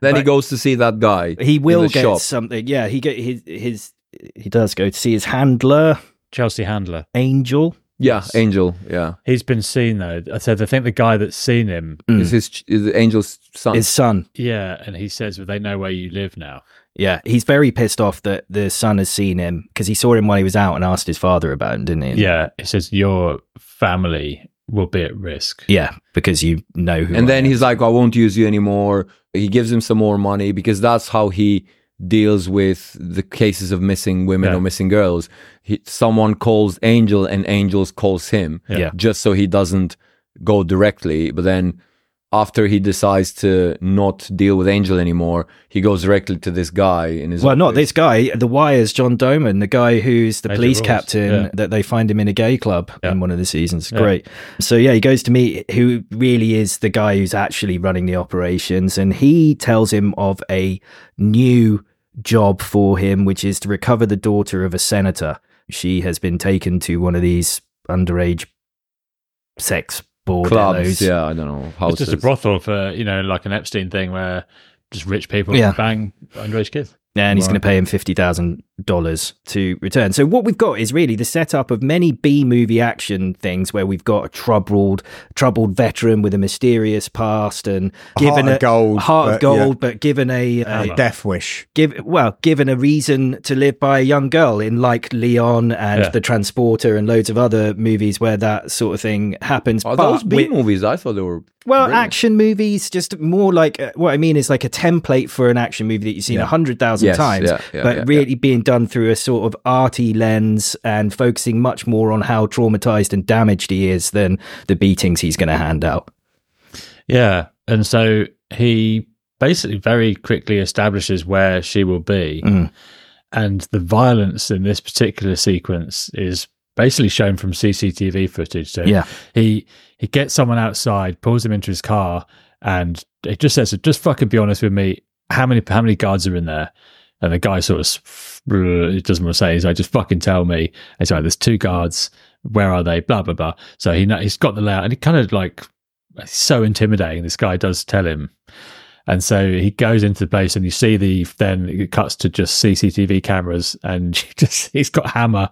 Speaker 2: Then he
Speaker 1: But-
Speaker 2: goes to see that guy.
Speaker 1: he
Speaker 2: in
Speaker 1: will
Speaker 2: the
Speaker 1: get
Speaker 2: shop.
Speaker 1: something. Yeah, he get his his he does go to see his handler,
Speaker 3: Chelsea Handler.
Speaker 1: Angel.
Speaker 2: Yeah, Angel. Yeah,
Speaker 3: He's been seen though. I said I think the guy that's seen him.
Speaker 1: Mm.
Speaker 2: is his ch- is Angel's son?
Speaker 1: His son.
Speaker 3: Yeah, and he says, "Well, they know where you live now."
Speaker 1: Yeah, he's very pissed off that the son has seen him because he saw him while he was out and asked his father about him, didn't he?
Speaker 3: Yeah, he says your family will be at risk.
Speaker 1: Yeah, because you know who.
Speaker 2: and
Speaker 1: I
Speaker 2: then
Speaker 1: am.
Speaker 2: he's like, "I won't use you anymore." He gives him some more money because that's how he deals with the cases of missing women
Speaker 3: Yeah.
Speaker 2: or missing girls. He, someone calls Angel, and Angels calls him.
Speaker 3: Yeah.
Speaker 1: Yeah.
Speaker 2: just so he doesn't go directly. But then after he decides to not deal with Angel anymore, he goes directly to this guy in his
Speaker 1: Well, not
Speaker 2: office.
Speaker 1: this guy. The Wire's John Doman, the guy who's the
Speaker 3: Major
Speaker 1: police
Speaker 3: Ross,
Speaker 1: captain
Speaker 3: yeah.
Speaker 1: that they find him in a gay club
Speaker 3: Yeah.
Speaker 1: in one of the seasons.
Speaker 3: Yeah.
Speaker 1: Great. So, yeah, he goes to meet who really is the guy who's actually running the operations. And he tells him of a new job for him, which is to recover the daughter of a senator. She has been taken to one of these underage sex bordellos.
Speaker 2: clubs. Yeah, I don't know.
Speaker 3: It's
Speaker 2: Houses.
Speaker 3: just a brothel for you know, like an Epstein thing where just rich people
Speaker 1: Yeah.
Speaker 3: bang underage kids.
Speaker 1: and he's
Speaker 2: Right.
Speaker 1: going to pay him $50,000 to return. So, what we've got is really the setup of many B movie action things where we've got a troubled, troubled veteran with a mysterious past and given
Speaker 4: Heart of gold,
Speaker 1: heart of
Speaker 4: but yeah.
Speaker 1: gold, but given a, uh,
Speaker 4: A death wish.
Speaker 1: give well given a reason to live by a young girl in like Leon and
Speaker 3: Yeah.
Speaker 1: The Transporter and loads of other movies where that sort of thing happens.
Speaker 2: Are
Speaker 1: But
Speaker 2: Oh, those B
Speaker 1: with-
Speaker 2: movies? I thought they were.
Speaker 1: well,
Speaker 2: Brilliant.
Speaker 1: action movies, just more like uh, what I mean is like a template for an action movie that you've seen a hundred thousand
Speaker 2: Yes,
Speaker 1: times,
Speaker 2: yeah, yeah,
Speaker 1: but
Speaker 2: yeah,
Speaker 1: really being done through a sort of arty lens and focusing much more on how traumatized and damaged he is than the beatings he's going to hand out.
Speaker 3: Yeah, and so he basically very quickly establishes where she will be,
Speaker 1: Mm.
Speaker 3: and the violence in this particular sequence is basically shown from CCTV footage. So
Speaker 1: Yeah.
Speaker 3: he he gets someone outside, pulls him into his car, and it just says, "Just fucking be honest with me. How many how many guards are in there?" And the guy sort of s- (laughs) it doesn't want to say. He's like, "Just fucking tell me." And He's like, "There's two guards. Where are they?" Blah blah blah. So he kn- he's got the layout, and he kind of like it's so intimidating. This guy does tell him. And so he goes into the place, and you see the then it cuts to just CCTV cameras, and (laughs) you just he's got hammer,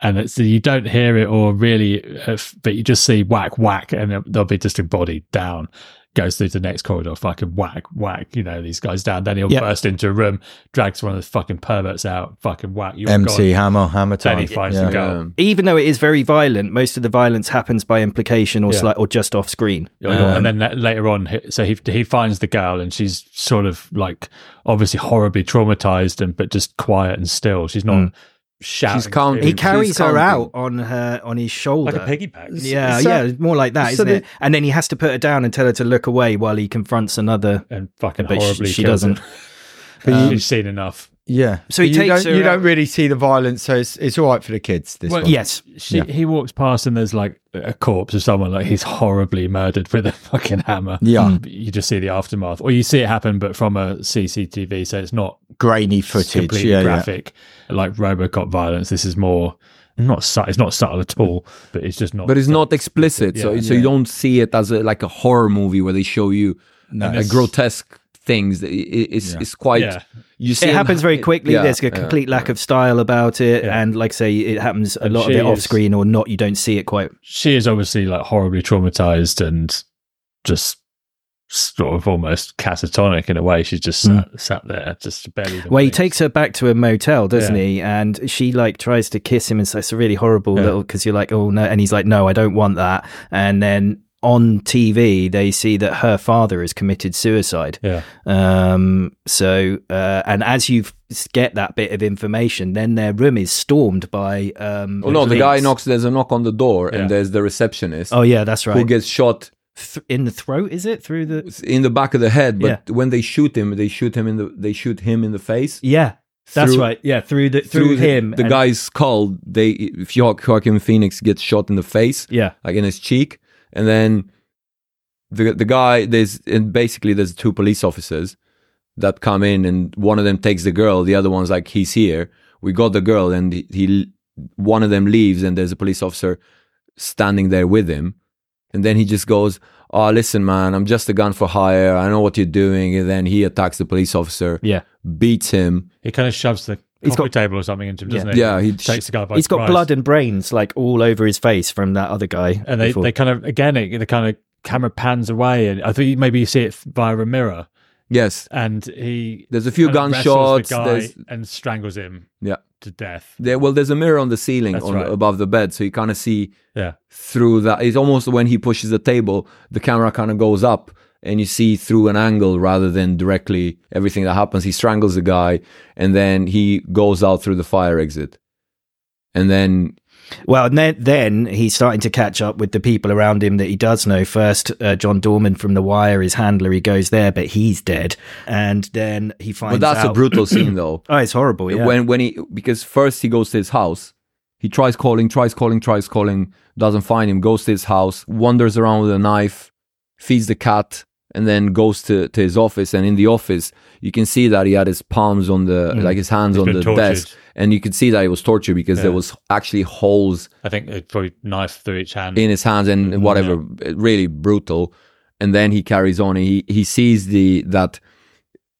Speaker 3: and it's you don't hear it or really, uh, f- but you just see whack whack, and there- there'll be just a body down, goes through the next corridor, fucking whack whack, you know these guys down. Then he'll
Speaker 1: Yep.
Speaker 3: burst into a room, drags one of the fucking perverts out, fucking whack, you're
Speaker 4: MC Hammer, Hammer
Speaker 3: Then he
Speaker 4: time.
Speaker 3: finds the girl.
Speaker 2: Yeah.
Speaker 1: Even though it is very violent, most of the violence happens by implication or
Speaker 3: Yeah.
Speaker 1: slight or just off screen.
Speaker 3: and then that, later on, he- so he he finds the girl, and she's sort of like obviously horribly traumatized, and but just quiet and still. She's not shouting.
Speaker 2: She's calm.
Speaker 1: He
Speaker 2: He's
Speaker 3: screaming.
Speaker 1: carries her
Speaker 2: counting.
Speaker 1: out on her on his shoulder.
Speaker 3: like a piggy bank.
Speaker 1: Yeah,
Speaker 4: So-
Speaker 1: yeah, more like that,
Speaker 4: so
Speaker 1: not
Speaker 4: the-
Speaker 1: it? And then he has to put her down and tell her to look away while he confronts another.
Speaker 3: and fucking
Speaker 1: But sh-
Speaker 3: horribly.
Speaker 1: she
Speaker 3: killed
Speaker 1: doesn't.
Speaker 3: her. Um,
Speaker 4: But you-
Speaker 3: She's seen enough.
Speaker 4: yeah.
Speaker 1: So he
Speaker 4: you
Speaker 1: takes
Speaker 4: don't,
Speaker 1: her
Speaker 4: you
Speaker 1: out-
Speaker 4: don't really see the violence, so it's, it's all right for the kids. This
Speaker 3: Well,
Speaker 4: one.
Speaker 1: Yes,
Speaker 3: She, He walks past, and there's like a corpse of someone like he's horribly murdered with a fucking hammer.
Speaker 4: Yeah.
Speaker 3: you just see the aftermath, or you see it happen, but from a CCTV, so it's not
Speaker 4: grainy
Speaker 3: It's
Speaker 4: footage.
Speaker 3: completely
Speaker 4: Yeah, yeah.
Speaker 3: graphic, like RoboCop violence. This is more not su- it's not subtle at all, but it's just not.
Speaker 2: But it's not explicit, so
Speaker 3: Yeah.
Speaker 2: so you don't see it as a, like a horror movie where they show you
Speaker 4: No.
Speaker 2: uh, grotesque things. It- it- it's
Speaker 4: Yeah.
Speaker 2: it's quite.
Speaker 3: Yeah.
Speaker 2: You see
Speaker 1: it happens
Speaker 2: (laughs)
Speaker 1: very quickly.
Speaker 2: yeah,
Speaker 1: There's a
Speaker 2: yeah.
Speaker 1: complete lack of style about it,
Speaker 3: Yeah.
Speaker 1: and like I say, it happens a
Speaker 3: And
Speaker 1: lot of
Speaker 3: she
Speaker 1: it off
Speaker 3: is-
Speaker 1: screen or not. You don't see it quite.
Speaker 3: she is obviously like horribly traumatized and just sort of almost catatonic in a way. She's just sat, sat there, just barely.
Speaker 1: Well, he
Speaker 3: moving.
Speaker 1: takes her back to a motel, doesn't
Speaker 3: Yeah.
Speaker 1: he? And she like tries to kiss him, and so it's a really horrible
Speaker 3: Yeah.
Speaker 1: little because you're like, oh no, and he's like, no, I don't want that. And then on TV, they see that her father has committed suicide.
Speaker 3: Yeah,
Speaker 1: Um, so, uh, and as you f- get that bit of information, then their room is stormed by. Um,
Speaker 2: Oh no, the guy
Speaker 1: police.
Speaker 2: knocks. There's a knock on the door,
Speaker 3: Yeah.
Speaker 2: and there's the receptionist
Speaker 1: Oh yeah, that's
Speaker 2: who
Speaker 1: right.
Speaker 2: gets shot
Speaker 1: Th- in the throat, is it through the?
Speaker 2: in the back of the head. But
Speaker 1: Yeah.
Speaker 2: when they shoot him, they shoot him in the they shoot him in the face.
Speaker 1: Yeah, that's
Speaker 2: Through-
Speaker 1: right. Yeah, through the through,
Speaker 2: the-
Speaker 1: him.
Speaker 2: the
Speaker 1: and-
Speaker 2: guy's skull. They if Jo- Joaquin Phoenix gets shot in the face,
Speaker 1: Yeah,
Speaker 2: like in his cheek, and then the the guy there's and basically there's two police officers that come in, and one of them takes the girl, the other one's like he's here. We got the girl, and he, he one of them leaves, and there's a police officer standing there with him, and then he just goes. Oh, listen, man, I'm just a gun for hire. I know what you're doing. And then he attacks the police officer,
Speaker 1: yeah.
Speaker 2: beats him,
Speaker 3: he kind of shoves the coffee
Speaker 1: got-
Speaker 3: table or something into him, doesn't he?
Speaker 2: Yeah, he
Speaker 3: takes the guy by
Speaker 1: He's got
Speaker 3: surprise.
Speaker 1: blood and brains like all over his face from that other guy.
Speaker 3: and they,
Speaker 1: before.
Speaker 3: they kind of again it, the kind of camera pans away, and I think maybe you see it via a mirror,
Speaker 2: Yes,
Speaker 3: and he
Speaker 2: there's a few
Speaker 3: kind of wrestles
Speaker 2: gunshots.
Speaker 3: the guy
Speaker 2: there's,
Speaker 3: and strangles him
Speaker 2: yeah,
Speaker 3: to death.
Speaker 2: there, well, there's a mirror on the ceiling
Speaker 3: That's
Speaker 2: on,
Speaker 3: right.
Speaker 2: above the bed, so you kind of see
Speaker 3: Yeah,
Speaker 2: through that. It's almost when he pushes the table, the camera kind of goes up and you see through an angle rather than directly everything that happens. He strangles the guy and then he goes out through the fire exit. And then,
Speaker 1: Well, and then, then he's starting to catch up with the people around him that he does know. First, uh, John Dorman from The Wire, his handler, he goes there, but he's dead. And then he finds
Speaker 2: but that's
Speaker 1: out.
Speaker 2: a brutal scene though.
Speaker 1: Oh, it's horrible. Yeah.
Speaker 2: When when he because first he goes to his house, he tries calling, tries calling, tries calling, doesn't find him. Goes to his house, wanders around with a knife, feeds the cat, and then goes to, to his office. And in the office, you can see that he had his palms on the like his hands on
Speaker 3: Mm. been
Speaker 2: the
Speaker 3: tortured.
Speaker 2: desk, and you could see that he was tortured because there
Speaker 3: Yeah.
Speaker 2: was actually holes
Speaker 3: I think they'd probably knife through each hand.
Speaker 1: Mm.
Speaker 2: in his hands and whatever eh, really brutal and then he carries on he he sees the that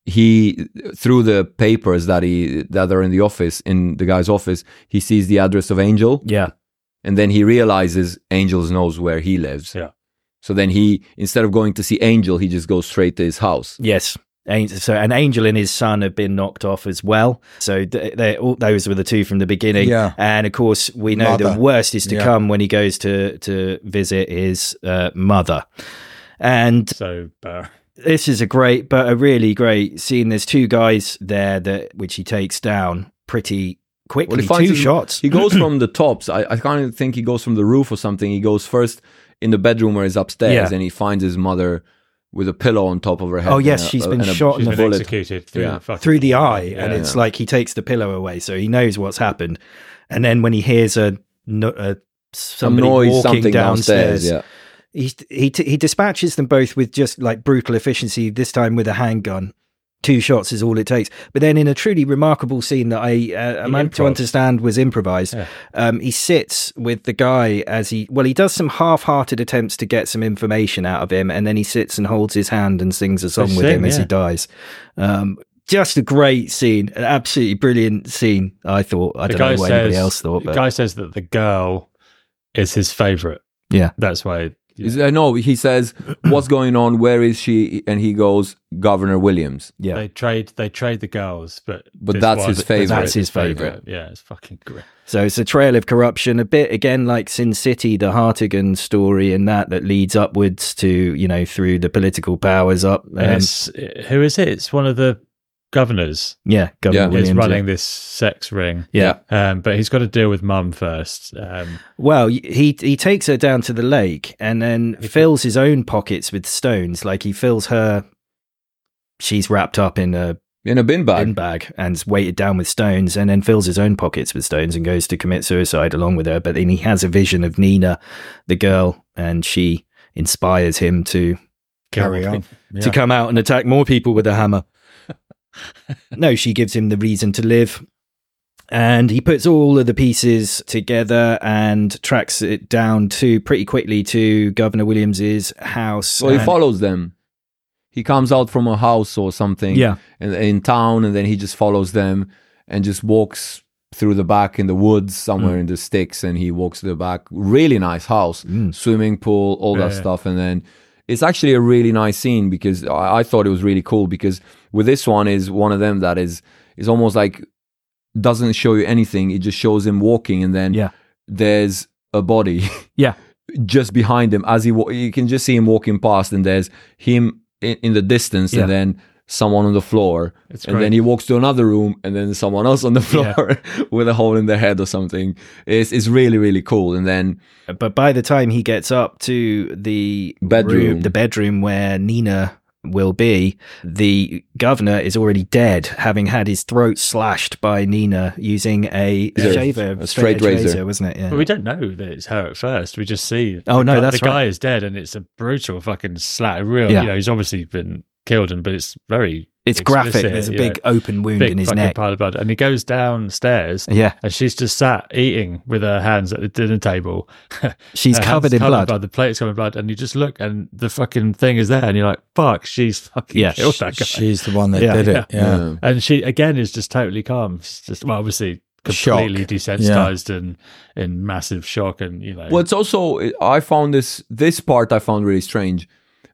Speaker 2: he through the papers that he that are in the office in the guy's office he sees the address of angel
Speaker 1: yeah.
Speaker 2: and then he realizes angels knows where he lives
Speaker 3: Yeah.
Speaker 2: so then he instead of going to see angel he just goes straight to his house
Speaker 1: Yes. An- So an angel and his son have been knocked off as well. So th- they all those were the two from the beginning.
Speaker 4: Yeah.
Speaker 1: And of course, we know the
Speaker 4: Mother.
Speaker 1: worst is to
Speaker 4: Yeah.
Speaker 1: come when he goes to to visit his uh, mother. And
Speaker 3: so uh,
Speaker 1: this is a great but a really great scene there's two guys there that which he takes down pretty
Speaker 2: Well,
Speaker 1: quickly
Speaker 2: he finds
Speaker 1: two
Speaker 2: his-
Speaker 1: shots
Speaker 2: He goes from the tops. I, I kind of think he goes from the roof or something. He goes first in the bedroom where he's upstairs,
Speaker 1: Yeah.
Speaker 2: and he finds his mother with a pillow on top of her head.
Speaker 1: Oh, yes,
Speaker 2: and a-
Speaker 1: she's
Speaker 2: a-
Speaker 1: been
Speaker 2: and a-
Speaker 1: shot in
Speaker 3: she's
Speaker 1: the
Speaker 2: and a
Speaker 3: been
Speaker 2: bullet.
Speaker 3: executed through,
Speaker 2: Yeah.
Speaker 3: the fucking-
Speaker 1: through the eye
Speaker 3: Yeah.
Speaker 1: and it's like he takes the pillow away so he knows what's happened and then when he hears a, no- a
Speaker 2: Some
Speaker 1: somebody
Speaker 2: noise,
Speaker 1: walking
Speaker 2: something
Speaker 1: downstairs,
Speaker 2: downstairs. Yeah,
Speaker 1: he he t- he dispatches them both with just like brutal efficiency. This time with a handgun. Two shots is all it takes. But then, in a truly remarkable scene that I uh, am meant to
Speaker 3: improv.
Speaker 1: understand was improvised,
Speaker 3: Yeah.
Speaker 1: um, he sits with the guy as he well, he does some half-hearted attempts to get some information out of him, and then he sits and holds his hand and sings a song with
Speaker 3: sing,
Speaker 1: him as he
Speaker 3: yeah.
Speaker 1: dies. Um, just a great scene, an absolutely brilliant scene. I thought. I
Speaker 3: the
Speaker 1: don't
Speaker 3: guy
Speaker 1: know what anybody
Speaker 3: says-
Speaker 1: else thought,
Speaker 3: The
Speaker 1: but
Speaker 3: guy says that the girl is his favorite.
Speaker 1: Yeah.
Speaker 3: that's why.
Speaker 2: He's- uh, no, he says, "What's going on? Where is she?" And he goes, "Governor Williams."
Speaker 1: yeah,
Speaker 3: They trade they trade the girls, but
Speaker 2: But
Speaker 3: this
Speaker 2: that's
Speaker 3: one-
Speaker 2: his
Speaker 3: but
Speaker 2: favourite.
Speaker 1: That's his
Speaker 2: favourite.
Speaker 3: Yeah, it's fucking great.
Speaker 1: So it's a trail of corruption, a bit again like Sin City, the Hartigan story, and that that leads upwards to you know through the political powers up.
Speaker 3: And
Speaker 1: Um,
Speaker 3: it's who is it? It's one of the governors.
Speaker 1: yeah, Governor
Speaker 2: Yeah. It's
Speaker 1: Williams.
Speaker 3: is
Speaker 1: yeah.
Speaker 3: running this sex ring.
Speaker 1: Yeah.
Speaker 3: Um, but he's got to deal with mum first. Um,
Speaker 1: Well, y- he he takes her down to the lake and then fills his own pockets with stones. Like he fills her. She's wrapped up in a
Speaker 2: in a bin bag.
Speaker 1: bin bag and is weighted down with stones, and then fills his own pockets with stones and goes to commit suicide along with her. But then he has a vision of Nina, the girl, and she inspires him to
Speaker 4: (laughs) Carry
Speaker 3: (laughs)
Speaker 4: on.
Speaker 1: to come out and attack more people with a
Speaker 2: (laughs)
Speaker 1: hammer. no, she gives him the reason to live. And he puts all of the pieces together and tracks it down to pretty quickly to Governor Williams's house.
Speaker 2: Well, he
Speaker 1: and-
Speaker 2: follows them. He comes out from a house or something,
Speaker 1: Yeah.
Speaker 2: in, in town, and then he just follows them and just walks through the back in the woods
Speaker 1: Mm.
Speaker 2: somewhere in the sticks, and he walks to the back. Really nice house,
Speaker 1: Mm.
Speaker 2: swimming pool, all that
Speaker 3: Yeah.
Speaker 2: stuff, and then it's actually a really nice scene because I, I thought it was really cool because with this one is one of them that is is almost like doesn't show you anything. It just shows him walking, and then
Speaker 1: Yeah.
Speaker 2: there's a body. (laughs)
Speaker 1: Yeah.
Speaker 2: just behind him as he wa- you can just see him walking past and there's him in, in the distance
Speaker 1: Yeah.
Speaker 2: and then someone on the floor
Speaker 3: It's
Speaker 2: and
Speaker 3: great.
Speaker 2: then he walks to another room and then someone else on the floor (laughs) with a hole in their head or something it's, it's really really cool and then
Speaker 1: But by the time he gets up to the
Speaker 2: Bedroom.
Speaker 1: room, the bedroom where Nina will be, the governor is already dead, having had his throat slashed by Nina using a
Speaker 2: Yeah.
Speaker 1: shaver,
Speaker 2: A straight
Speaker 1: edge
Speaker 2: razor.
Speaker 1: wasn't it? Yeah.
Speaker 3: But we don't know that it's her at first. We just see.
Speaker 1: Oh, no,
Speaker 3: the,
Speaker 1: that's
Speaker 3: the guy
Speaker 1: right.
Speaker 3: is dead, and it's a brutal fucking slap. Real,
Speaker 1: Yeah.
Speaker 3: you know, he's obviously been killed, and but it's very
Speaker 1: It's graphic.
Speaker 3: explicit,
Speaker 1: There's a
Speaker 3: yeah.
Speaker 1: big open wound
Speaker 3: Big
Speaker 1: in his
Speaker 3: fucking
Speaker 1: neck.
Speaker 3: pile of blood. And he goes downstairs
Speaker 1: Yeah,
Speaker 3: and she's just sat eating with her hands at the dinner table.
Speaker 1: she's
Speaker 3: Her
Speaker 1: covered
Speaker 3: hands
Speaker 1: in blood.
Speaker 3: The plate's covered in Uh, blood, and you just look, and the fucking thing is there, and you're like, "Fuck, she's fucking
Speaker 1: Yeah,
Speaker 3: killed that guy."
Speaker 4: She's the one that
Speaker 1: Yeah.
Speaker 4: did it. Yeah.
Speaker 3: and she again is just totally calm. She's just well, obviously
Speaker 4: Shock.
Speaker 3: completely desensitized and in massive shock, and you know,
Speaker 2: Well, it's also I found this this part I found really strange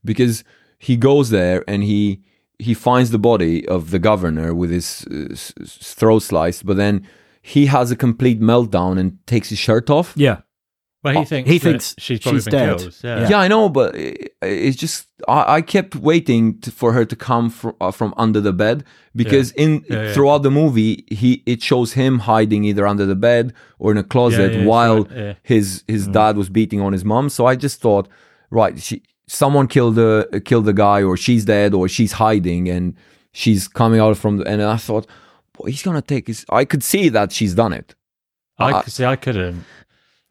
Speaker 2: because he goes there and he he finds the body of the governor with his uh, s- s- throat sliced, but then he has a complete meltdown and takes his shirt off.
Speaker 1: yeah, Oh,
Speaker 3: well, he thinks
Speaker 1: he
Speaker 3: that
Speaker 1: thinks
Speaker 3: she's probably
Speaker 1: she's
Speaker 3: been
Speaker 1: dead.
Speaker 3: killed.
Speaker 1: Yeah.
Speaker 3: Yeah.
Speaker 2: Yeah, I know, but it, it's just I, I kept waiting to, for her to come fr- uh, from under the bed because in
Speaker 3: Yeah, yeah.
Speaker 2: throughout the movie he it shows him hiding either under the bed or in a closet
Speaker 3: yeah, that's
Speaker 2: while
Speaker 3: right, yeah.
Speaker 2: his his
Speaker 3: Mm.
Speaker 2: dad was beating on his mom. So I just thought, right, she someone killed the uh, killed the guy or she's dead or she's hiding and she's coming out from the, and I thought. "Boy, He's gonna take his. I could see that she's done it.
Speaker 3: I
Speaker 2: I-
Speaker 3: could see, I couldn't.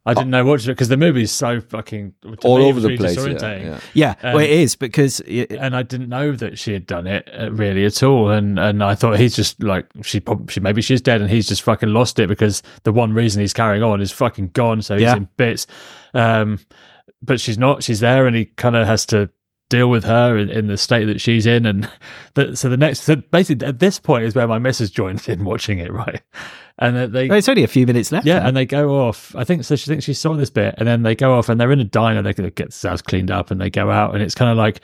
Speaker 3: I didn't know what to because the movie is so fucking to
Speaker 2: All
Speaker 3: me, it
Speaker 2: over
Speaker 3: was
Speaker 2: the
Speaker 3: really
Speaker 2: place, yeah,
Speaker 3: disorientating.
Speaker 2: yeah.
Speaker 1: yeah. well,
Speaker 3: Um, uh,
Speaker 1: it is because it,
Speaker 3: and I didn't know that she had done it uh, really at all. And and I thought he's just like she prob- she maybe she's dead and he's just fucking lost it because the one reason he's carrying on is fucking gone. So he's
Speaker 1: Yeah.
Speaker 3: in bits. Um, but she's not. She's there, and he kind of has to deal with her in, in the state that she's in. And the, so the next, so basically at this point is where my missus joins in watching it, (laughs) right? And that they
Speaker 1: well, it's only a few minutes left.
Speaker 3: yeah, and they go off. I think so. She thinks she saw this bit, and then they go off, and they're in a diner. They get this house cleaned up, and they go out, and it's kind of like,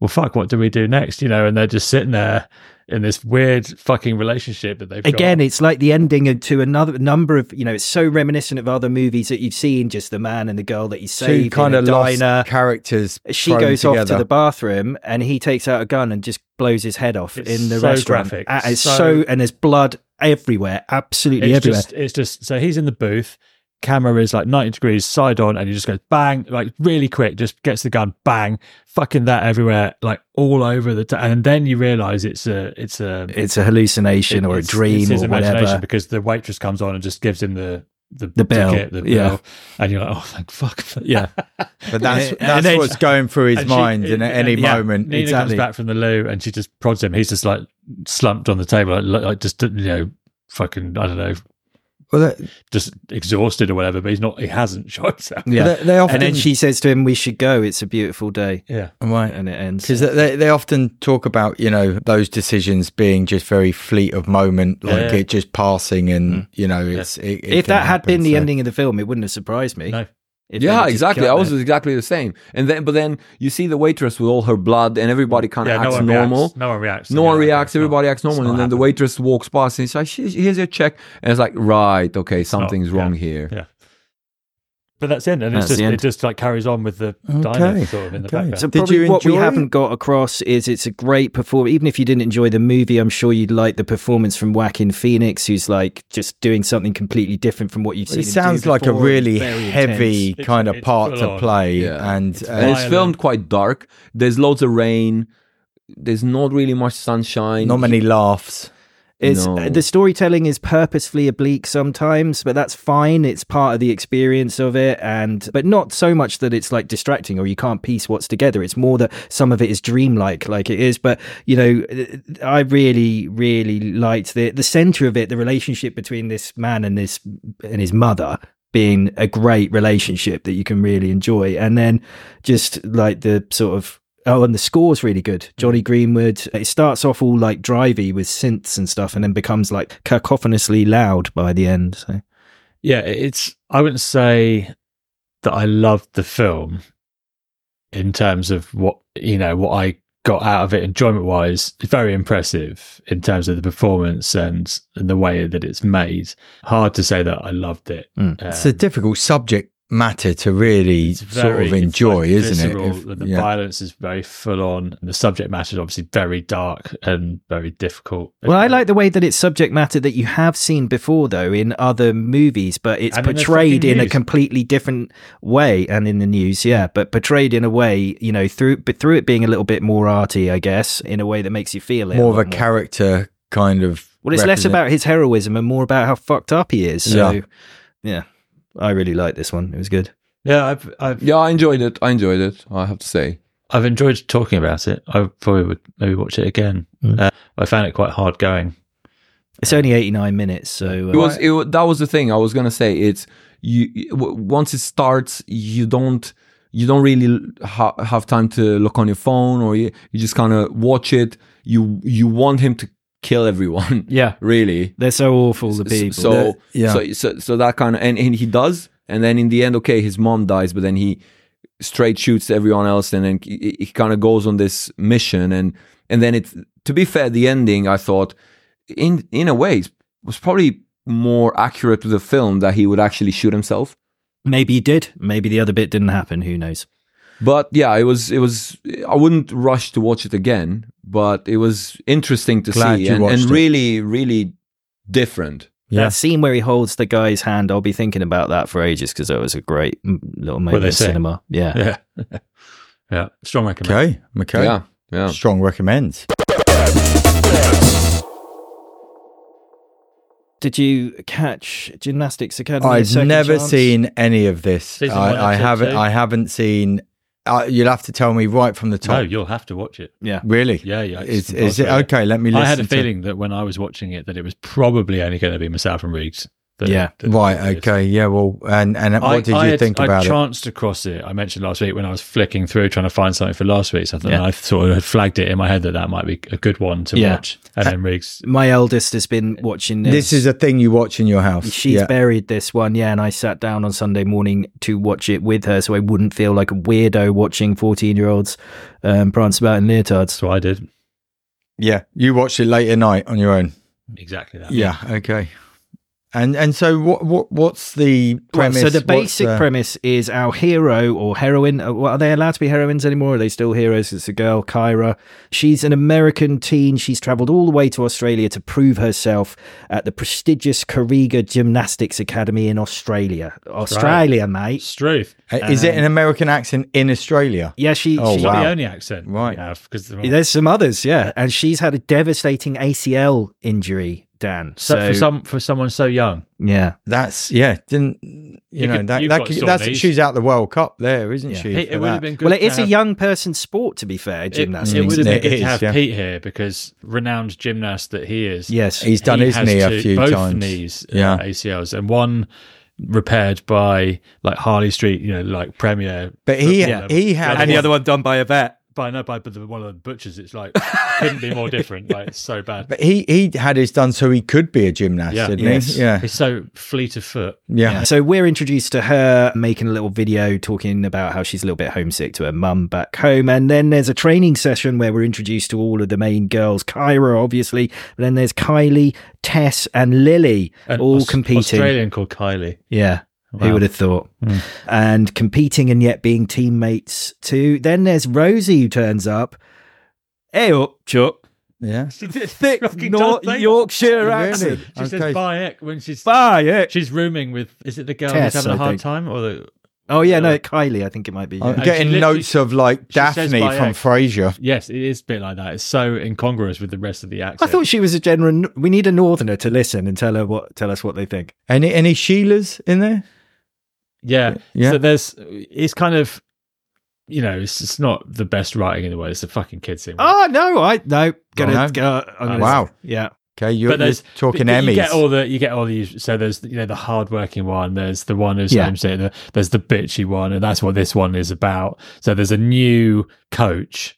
Speaker 3: well, fuck, what do we do next? You know, and they're just sitting there in this weird fucking relationship that they've got.
Speaker 1: Again, it's like the ending to another number of you know. It's so reminiscent of other movies that you've seen. Just the man and the girl that you
Speaker 4: Two
Speaker 1: saved
Speaker 4: kind of
Speaker 1: in a
Speaker 4: lost
Speaker 1: diner.
Speaker 4: characters.
Speaker 1: She
Speaker 4: thrown
Speaker 1: goes off to
Speaker 4: together.
Speaker 1: the bathroom and he takes out a gun and just blows his head off
Speaker 3: It's
Speaker 1: in the
Speaker 3: so
Speaker 1: restaurant.
Speaker 3: graphic.
Speaker 1: Uh, It's so,
Speaker 3: So-
Speaker 1: and there's blood everywhere, absolutely
Speaker 3: it's
Speaker 1: everywhere.
Speaker 3: just, it's just. So he's in the booth. Camera is like ninety degrees side on, and he just goes bang, like really quick. Just gets the gun, bang, fucking that everywhere, like all over the. ta- and then you realize it's a, it's a,
Speaker 1: it's a hallucination or a
Speaker 3: it's-
Speaker 1: dream
Speaker 3: it's his
Speaker 1: or
Speaker 3: imagination
Speaker 1: whatever.
Speaker 3: because the waitress comes on and just gives him the the,
Speaker 1: The bill,
Speaker 3: ticket, the
Speaker 1: yeah.
Speaker 3: bill, and you're like, oh, thank fuck, (laughs) yeah.
Speaker 4: But that's,
Speaker 1: (laughs) And
Speaker 4: that's
Speaker 1: then-
Speaker 4: what's going through his
Speaker 3: And she-
Speaker 4: mind in at any
Speaker 3: and
Speaker 1: yeah,
Speaker 4: moment.
Speaker 3: Nina
Speaker 4: exactly.
Speaker 3: comes back from the loo and she just prods him. He's just like slumped on the table, like, look- like just you know, fucking I don't know,
Speaker 4: Well, that-
Speaker 3: just exhausted or whatever. But he's not. He hasn't (laughs) shot himself.
Speaker 1: yeah.
Speaker 4: they, they often
Speaker 1: and then she says to him, "We should go. It's a beautiful day."
Speaker 3: Yeah,
Speaker 4: right.
Speaker 1: And it ends.
Speaker 4: Because they, they often talk about, you know, those decisions being just very fleet of moment, like
Speaker 3: Yeah.
Speaker 4: it just passing and, you know, it's. It, it
Speaker 1: If
Speaker 4: can
Speaker 1: that had
Speaker 4: happen,
Speaker 1: been the
Speaker 4: so-
Speaker 1: ending of the film, it wouldn't have surprised me.
Speaker 3: no,
Speaker 1: If they had
Speaker 2: yeah,
Speaker 1: just
Speaker 2: exactly.
Speaker 1: cut
Speaker 2: I was
Speaker 1: that.
Speaker 2: exactly the same. And then, but then you see the waitress with all her blood, and everybody kind of
Speaker 3: yeah. No
Speaker 2: acts
Speaker 3: one
Speaker 2: normal.
Speaker 3: reacts. No one reacts.
Speaker 2: No one
Speaker 3: Yeah,
Speaker 2: reacts.
Speaker 3: it's not-
Speaker 2: Everybody acts
Speaker 3: it's
Speaker 2: normal,
Speaker 3: not
Speaker 2: and then the
Speaker 3: happening.
Speaker 2: waitress walks past and she's like, "Here's here's your check," and it's like, "Right, okay,
Speaker 3: not-
Speaker 2: something's
Speaker 3: yeah,
Speaker 2: wrong here."
Speaker 3: Yeah. But that's the end, and
Speaker 1: That's
Speaker 3: it's just
Speaker 1: the end.
Speaker 3: it just like carries on with the
Speaker 4: Okay,
Speaker 3: diner sort of in the
Speaker 4: okay.
Speaker 3: background.
Speaker 1: So
Speaker 4: Did
Speaker 1: probably
Speaker 4: you
Speaker 1: what we
Speaker 4: enjoy
Speaker 1: haven't
Speaker 4: it?
Speaker 1: got across is it's a great performance. Even if you didn't enjoy the movie, I'm sure you'd like the performance from Joaquin Phoenix, who's like just doing something completely different from what you've seen.
Speaker 4: It
Speaker 1: him do
Speaker 4: sounds like a
Speaker 1: before. It's
Speaker 4: really
Speaker 1: very
Speaker 4: heavy
Speaker 1: intense.
Speaker 3: It's-
Speaker 4: kind of
Speaker 3: it's
Speaker 4: part
Speaker 3: full
Speaker 4: to
Speaker 3: on.
Speaker 4: play.
Speaker 2: Yeah.
Speaker 4: And
Speaker 3: It's
Speaker 2: And
Speaker 4: uh,
Speaker 2: it's
Speaker 3: Violent.
Speaker 2: filmed quite dark. There's lots of rain. There's not really much sunshine.
Speaker 4: not many laughs.
Speaker 1: It's uh,
Speaker 2: No.
Speaker 1: the storytelling is purposefully oblique sometimes, but that's fine. It's part of the experience of it, and but not so much that it's like distracting or you can't piece what's together. It's more that some of it is dreamlike, like it is. But you know, uh, I really, really liked the the center of it, the relationship between this man and this and his mother being a great relationship that you can really enjoy, and then just like the sort of Oh, and the score's really good. Johnny Greenwood. It starts off all like drivey with synths and stuff, and then becomes like cacophonously loud by the end. So
Speaker 3: yeah, it's. I wouldn't say that I loved the film in terms of what you know what I got out of it enjoyment wise. Very impressive in terms of the performance and, and the way that it's made. Hard to say that I loved it.
Speaker 1: Mm.
Speaker 3: Um,
Speaker 4: Hmm. It's a difficult subject matter to really
Speaker 3: it's
Speaker 4: sort
Speaker 3: very-
Speaker 4: of
Speaker 3: it's,
Speaker 4: enjoy,
Speaker 3: like,
Speaker 4: isn't it?
Speaker 3: visceral.
Speaker 4: If-
Speaker 3: the the
Speaker 4: yeah.
Speaker 3: violence is very full on. The subject matter is obviously very dark and very difficult.
Speaker 1: Well, I like the way that it's subject matter that you have seen before, though, in other movies, but it's
Speaker 3: And in the
Speaker 1: portrayed
Speaker 3: fucking
Speaker 1: in a
Speaker 3: news.
Speaker 1: completely different way, and in the news, yeah, but portrayed in a way, you know, through but through it being a little bit more arty, I guess, in a way that makes you feel it
Speaker 4: more of a
Speaker 1: lot
Speaker 4: character kind of.
Speaker 1: Well, it's less
Speaker 4: represent-
Speaker 1: about his heroism and more about how fucked up he is. So, yeah,
Speaker 4: Yeah.
Speaker 1: I really like this one. It was good.
Speaker 3: Yeah, I've, I've
Speaker 2: Yeah, I enjoyed it. I enjoyed it. I have to say.
Speaker 3: I've enjoyed talking about it. I probably would maybe watch it again. Uh, I found it quite hard going.
Speaker 1: It's only 89 minutes, so. uh,
Speaker 2: It was, it, wa- that was the thing I was gonna say. It's you you- w- once it starts, you don't you don't really ha- have time to look on your phone, or you, you just kind of watch it. You you want him to kill everyone, (laughs)
Speaker 1: yeah.
Speaker 2: really.
Speaker 1: They're so awful, the people.
Speaker 2: So
Speaker 4: yeah.
Speaker 2: so so so that kind of and, and he does, and then in the end, okay, his mom dies, but then he straight shoots everyone else, and then he, he kind of goes on this mission, and and then it's to be fair, the ending I thought in in a way was probably more accurate to the film that he would actually shoot himself.
Speaker 1: maybe he did. Maybe the other bit didn't happen. Who knows?
Speaker 2: But yeah, it was it was I wouldn't rush to watch it again, but it was interesting to
Speaker 4: Glad
Speaker 2: see
Speaker 4: you
Speaker 2: and, and
Speaker 4: watched it.
Speaker 2: really really different.
Speaker 1: That scene where he holds the guy's hand, I'll be thinking about that for ages because that was a great mm, little moment
Speaker 3: they
Speaker 1: in
Speaker 3: say.
Speaker 1: cinema. Yeah.
Speaker 3: (laughs) Yeah. (laughs) yeah. Strong recommend.
Speaker 4: Okay. Okay.
Speaker 2: Yeah, yeah.
Speaker 4: Strong recommends.
Speaker 1: Did you catch Gymnastics Academy?
Speaker 4: I've
Speaker 1: Second
Speaker 4: never
Speaker 1: Chance?
Speaker 4: seen any of this.
Speaker 3: Season one,
Speaker 4: I, I
Speaker 3: episode
Speaker 4: haven't.
Speaker 3: two.
Speaker 4: I haven't seen. Uh, you'll have to tell me right from the
Speaker 3: No,
Speaker 4: top.
Speaker 3: you'll have to watch it.
Speaker 1: Yeah.
Speaker 4: Really?
Speaker 3: Yeah, yeah.
Speaker 4: Is,
Speaker 3: it's
Speaker 4: is it
Speaker 3: impossible.
Speaker 4: okay? Let me. Listen
Speaker 3: I had a
Speaker 4: to-
Speaker 3: feeling that when I was watching it, that it was probably only going to be myself and Reeves. That,
Speaker 1: Yeah.
Speaker 3: that- that
Speaker 4: Right.
Speaker 3: it is.
Speaker 4: Okay. Yeah. Well. And and what
Speaker 3: I-
Speaker 4: did you
Speaker 3: I had-
Speaker 4: think
Speaker 3: I
Speaker 4: about it?
Speaker 3: chanced across it. I mentioned last week when I was flicking through trying to find something for last week. Something
Speaker 1: Yeah.
Speaker 3: I sort of had flagged it in my head that that might be a good one to
Speaker 1: Yeah.
Speaker 3: watch. And then Riggs,
Speaker 1: My eldest has been watching this.
Speaker 4: This is a thing you watch in your house.
Speaker 1: She's
Speaker 4: yeah.
Speaker 1: buried this one, yeah, and I sat down on Sunday morning to watch it with her so I wouldn't feel like a weirdo watching 14 year olds um, prance about in leotards.
Speaker 3: that's what I did.
Speaker 4: yeah. You watched it late at night on your own.
Speaker 3: Exactly that.
Speaker 4: Yeah. Okay. And and so what what what's the
Speaker 1: Well,
Speaker 4: premise?
Speaker 1: so the
Speaker 4: What's
Speaker 1: basic
Speaker 4: the-
Speaker 1: premise is our hero or heroine. uh, What are they allowed to be heroines anymore? Are they still heroes? It's a girl, Kyra. She's an American teen. She's travelled all the way to Australia to prove herself at the prestigious Kariga Gymnastics Academy in Australia. Australia, mate.
Speaker 3: Struth.
Speaker 4: Uh, Is it
Speaker 1: Um,
Speaker 4: an American accent in Australia?
Speaker 1: Yeah, she.
Speaker 4: Oh,
Speaker 1: she
Speaker 3: Not
Speaker 4: Wow.
Speaker 3: the only accent
Speaker 4: Right.
Speaker 3: we have because
Speaker 1: There's some others, yeah, and she's had a devastating ACL injury. Dan,
Speaker 3: so,
Speaker 1: so,
Speaker 3: for some for someone so young.
Speaker 1: yeah,
Speaker 4: That's yeah. Didn't you,
Speaker 3: You
Speaker 4: know
Speaker 3: could-
Speaker 4: that
Speaker 3: you've
Speaker 4: that
Speaker 3: got
Speaker 4: could,
Speaker 3: sore
Speaker 4: that's
Speaker 3: knees.
Speaker 4: she's out the World Cup there, isn't
Speaker 1: Yeah.
Speaker 4: she?
Speaker 3: It,
Speaker 4: for
Speaker 3: it would have
Speaker 4: that?
Speaker 3: been good.
Speaker 1: well, it
Speaker 3: to
Speaker 1: is a
Speaker 3: have-
Speaker 1: young person's sport, to be fair.
Speaker 3: It,
Speaker 1: Gymnastics.
Speaker 3: it would have been
Speaker 4: It
Speaker 3: good
Speaker 4: is,
Speaker 3: to have
Speaker 4: yeah.
Speaker 3: Pete here because renowned gymnast that he is.
Speaker 1: yes,
Speaker 4: He's done
Speaker 3: he
Speaker 4: his
Speaker 3: has
Speaker 4: knee a
Speaker 3: two-
Speaker 4: few
Speaker 3: both
Speaker 4: times.
Speaker 3: knees, uh,
Speaker 4: Yeah.
Speaker 3: yeah, ACLs, and one repaired by like Harley Street, you know, like Premier.
Speaker 4: But he
Speaker 3: Yeah.
Speaker 4: he had
Speaker 3: And the other
Speaker 1: one done by a vet.
Speaker 3: By no, by but the, one of the butchers, it's like couldn't be more different. Like it's so bad.
Speaker 4: But he he had his done so he could be a gymnast,
Speaker 3: Yeah.
Speaker 4: didn't
Speaker 1: Yes.
Speaker 4: he? (laughs) Yeah.
Speaker 3: He's so fleet of foot.
Speaker 4: yeah,
Speaker 1: So we're introduced to her making a little video talking about how she's a little bit homesick to her mum back home. And then there's a training session where we're introduced to all of the main girls, Kyra, obviously, but then there's Kylie, Tess, and Lily
Speaker 3: An
Speaker 1: all
Speaker 3: Aus-
Speaker 1: competing.
Speaker 3: Australian called (laughs) Kylie.
Speaker 1: Yeah. Who
Speaker 3: Wow.
Speaker 1: would have thought?
Speaker 3: Mm.
Speaker 1: And competing and yet being teammates too. Then there's Rosie who turns up. Hey up, Chuck.
Speaker 4: yeah.
Speaker 1: Thick
Speaker 3: Fucking
Speaker 1: North
Speaker 3: does say-
Speaker 1: Yorkshire
Speaker 4: Really?
Speaker 1: accent.
Speaker 3: She
Speaker 4: Okay.
Speaker 3: says bye Eck when she's
Speaker 1: Bye, yeah.
Speaker 3: she's rooming with is it the girl
Speaker 1: Tess,
Speaker 3: who's having
Speaker 1: I
Speaker 3: a hard
Speaker 1: think.
Speaker 3: time or the
Speaker 1: Oh yeah, no, Kylie, I think it might be.
Speaker 4: I'm
Speaker 3: she
Speaker 4: getting
Speaker 3: literally-
Speaker 4: notes of like
Speaker 3: she says eh?"
Speaker 4: Daphne
Speaker 3: by
Speaker 4: from
Speaker 3: egg.
Speaker 4: Frasier.
Speaker 3: yes it is a bit like that it's so incongruous with the rest of the accent
Speaker 1: I thought she was a general. We need a northerner to listen and tell her what tell us what they think.
Speaker 4: Any any Sheilas in there?
Speaker 3: yeah
Speaker 4: Yeah.
Speaker 3: so there's it's kind of you know it's, it's not the best writing in the world it's a fucking kid thing
Speaker 1: Oh no, I no. Gonna,
Speaker 4: No.
Speaker 1: go I'm gonna-
Speaker 4: Wow.
Speaker 1: Yeah,
Speaker 4: Okay, you're,
Speaker 3: But
Speaker 4: you're
Speaker 3: there's-
Speaker 4: talking
Speaker 3: But you
Speaker 4: Emmys.
Speaker 3: get all the you get all these so there's you know the hardworking one there's the one who's
Speaker 1: Yeah.
Speaker 3: homesick the, there's the bitchy one and that's what this one is about so there's a new coach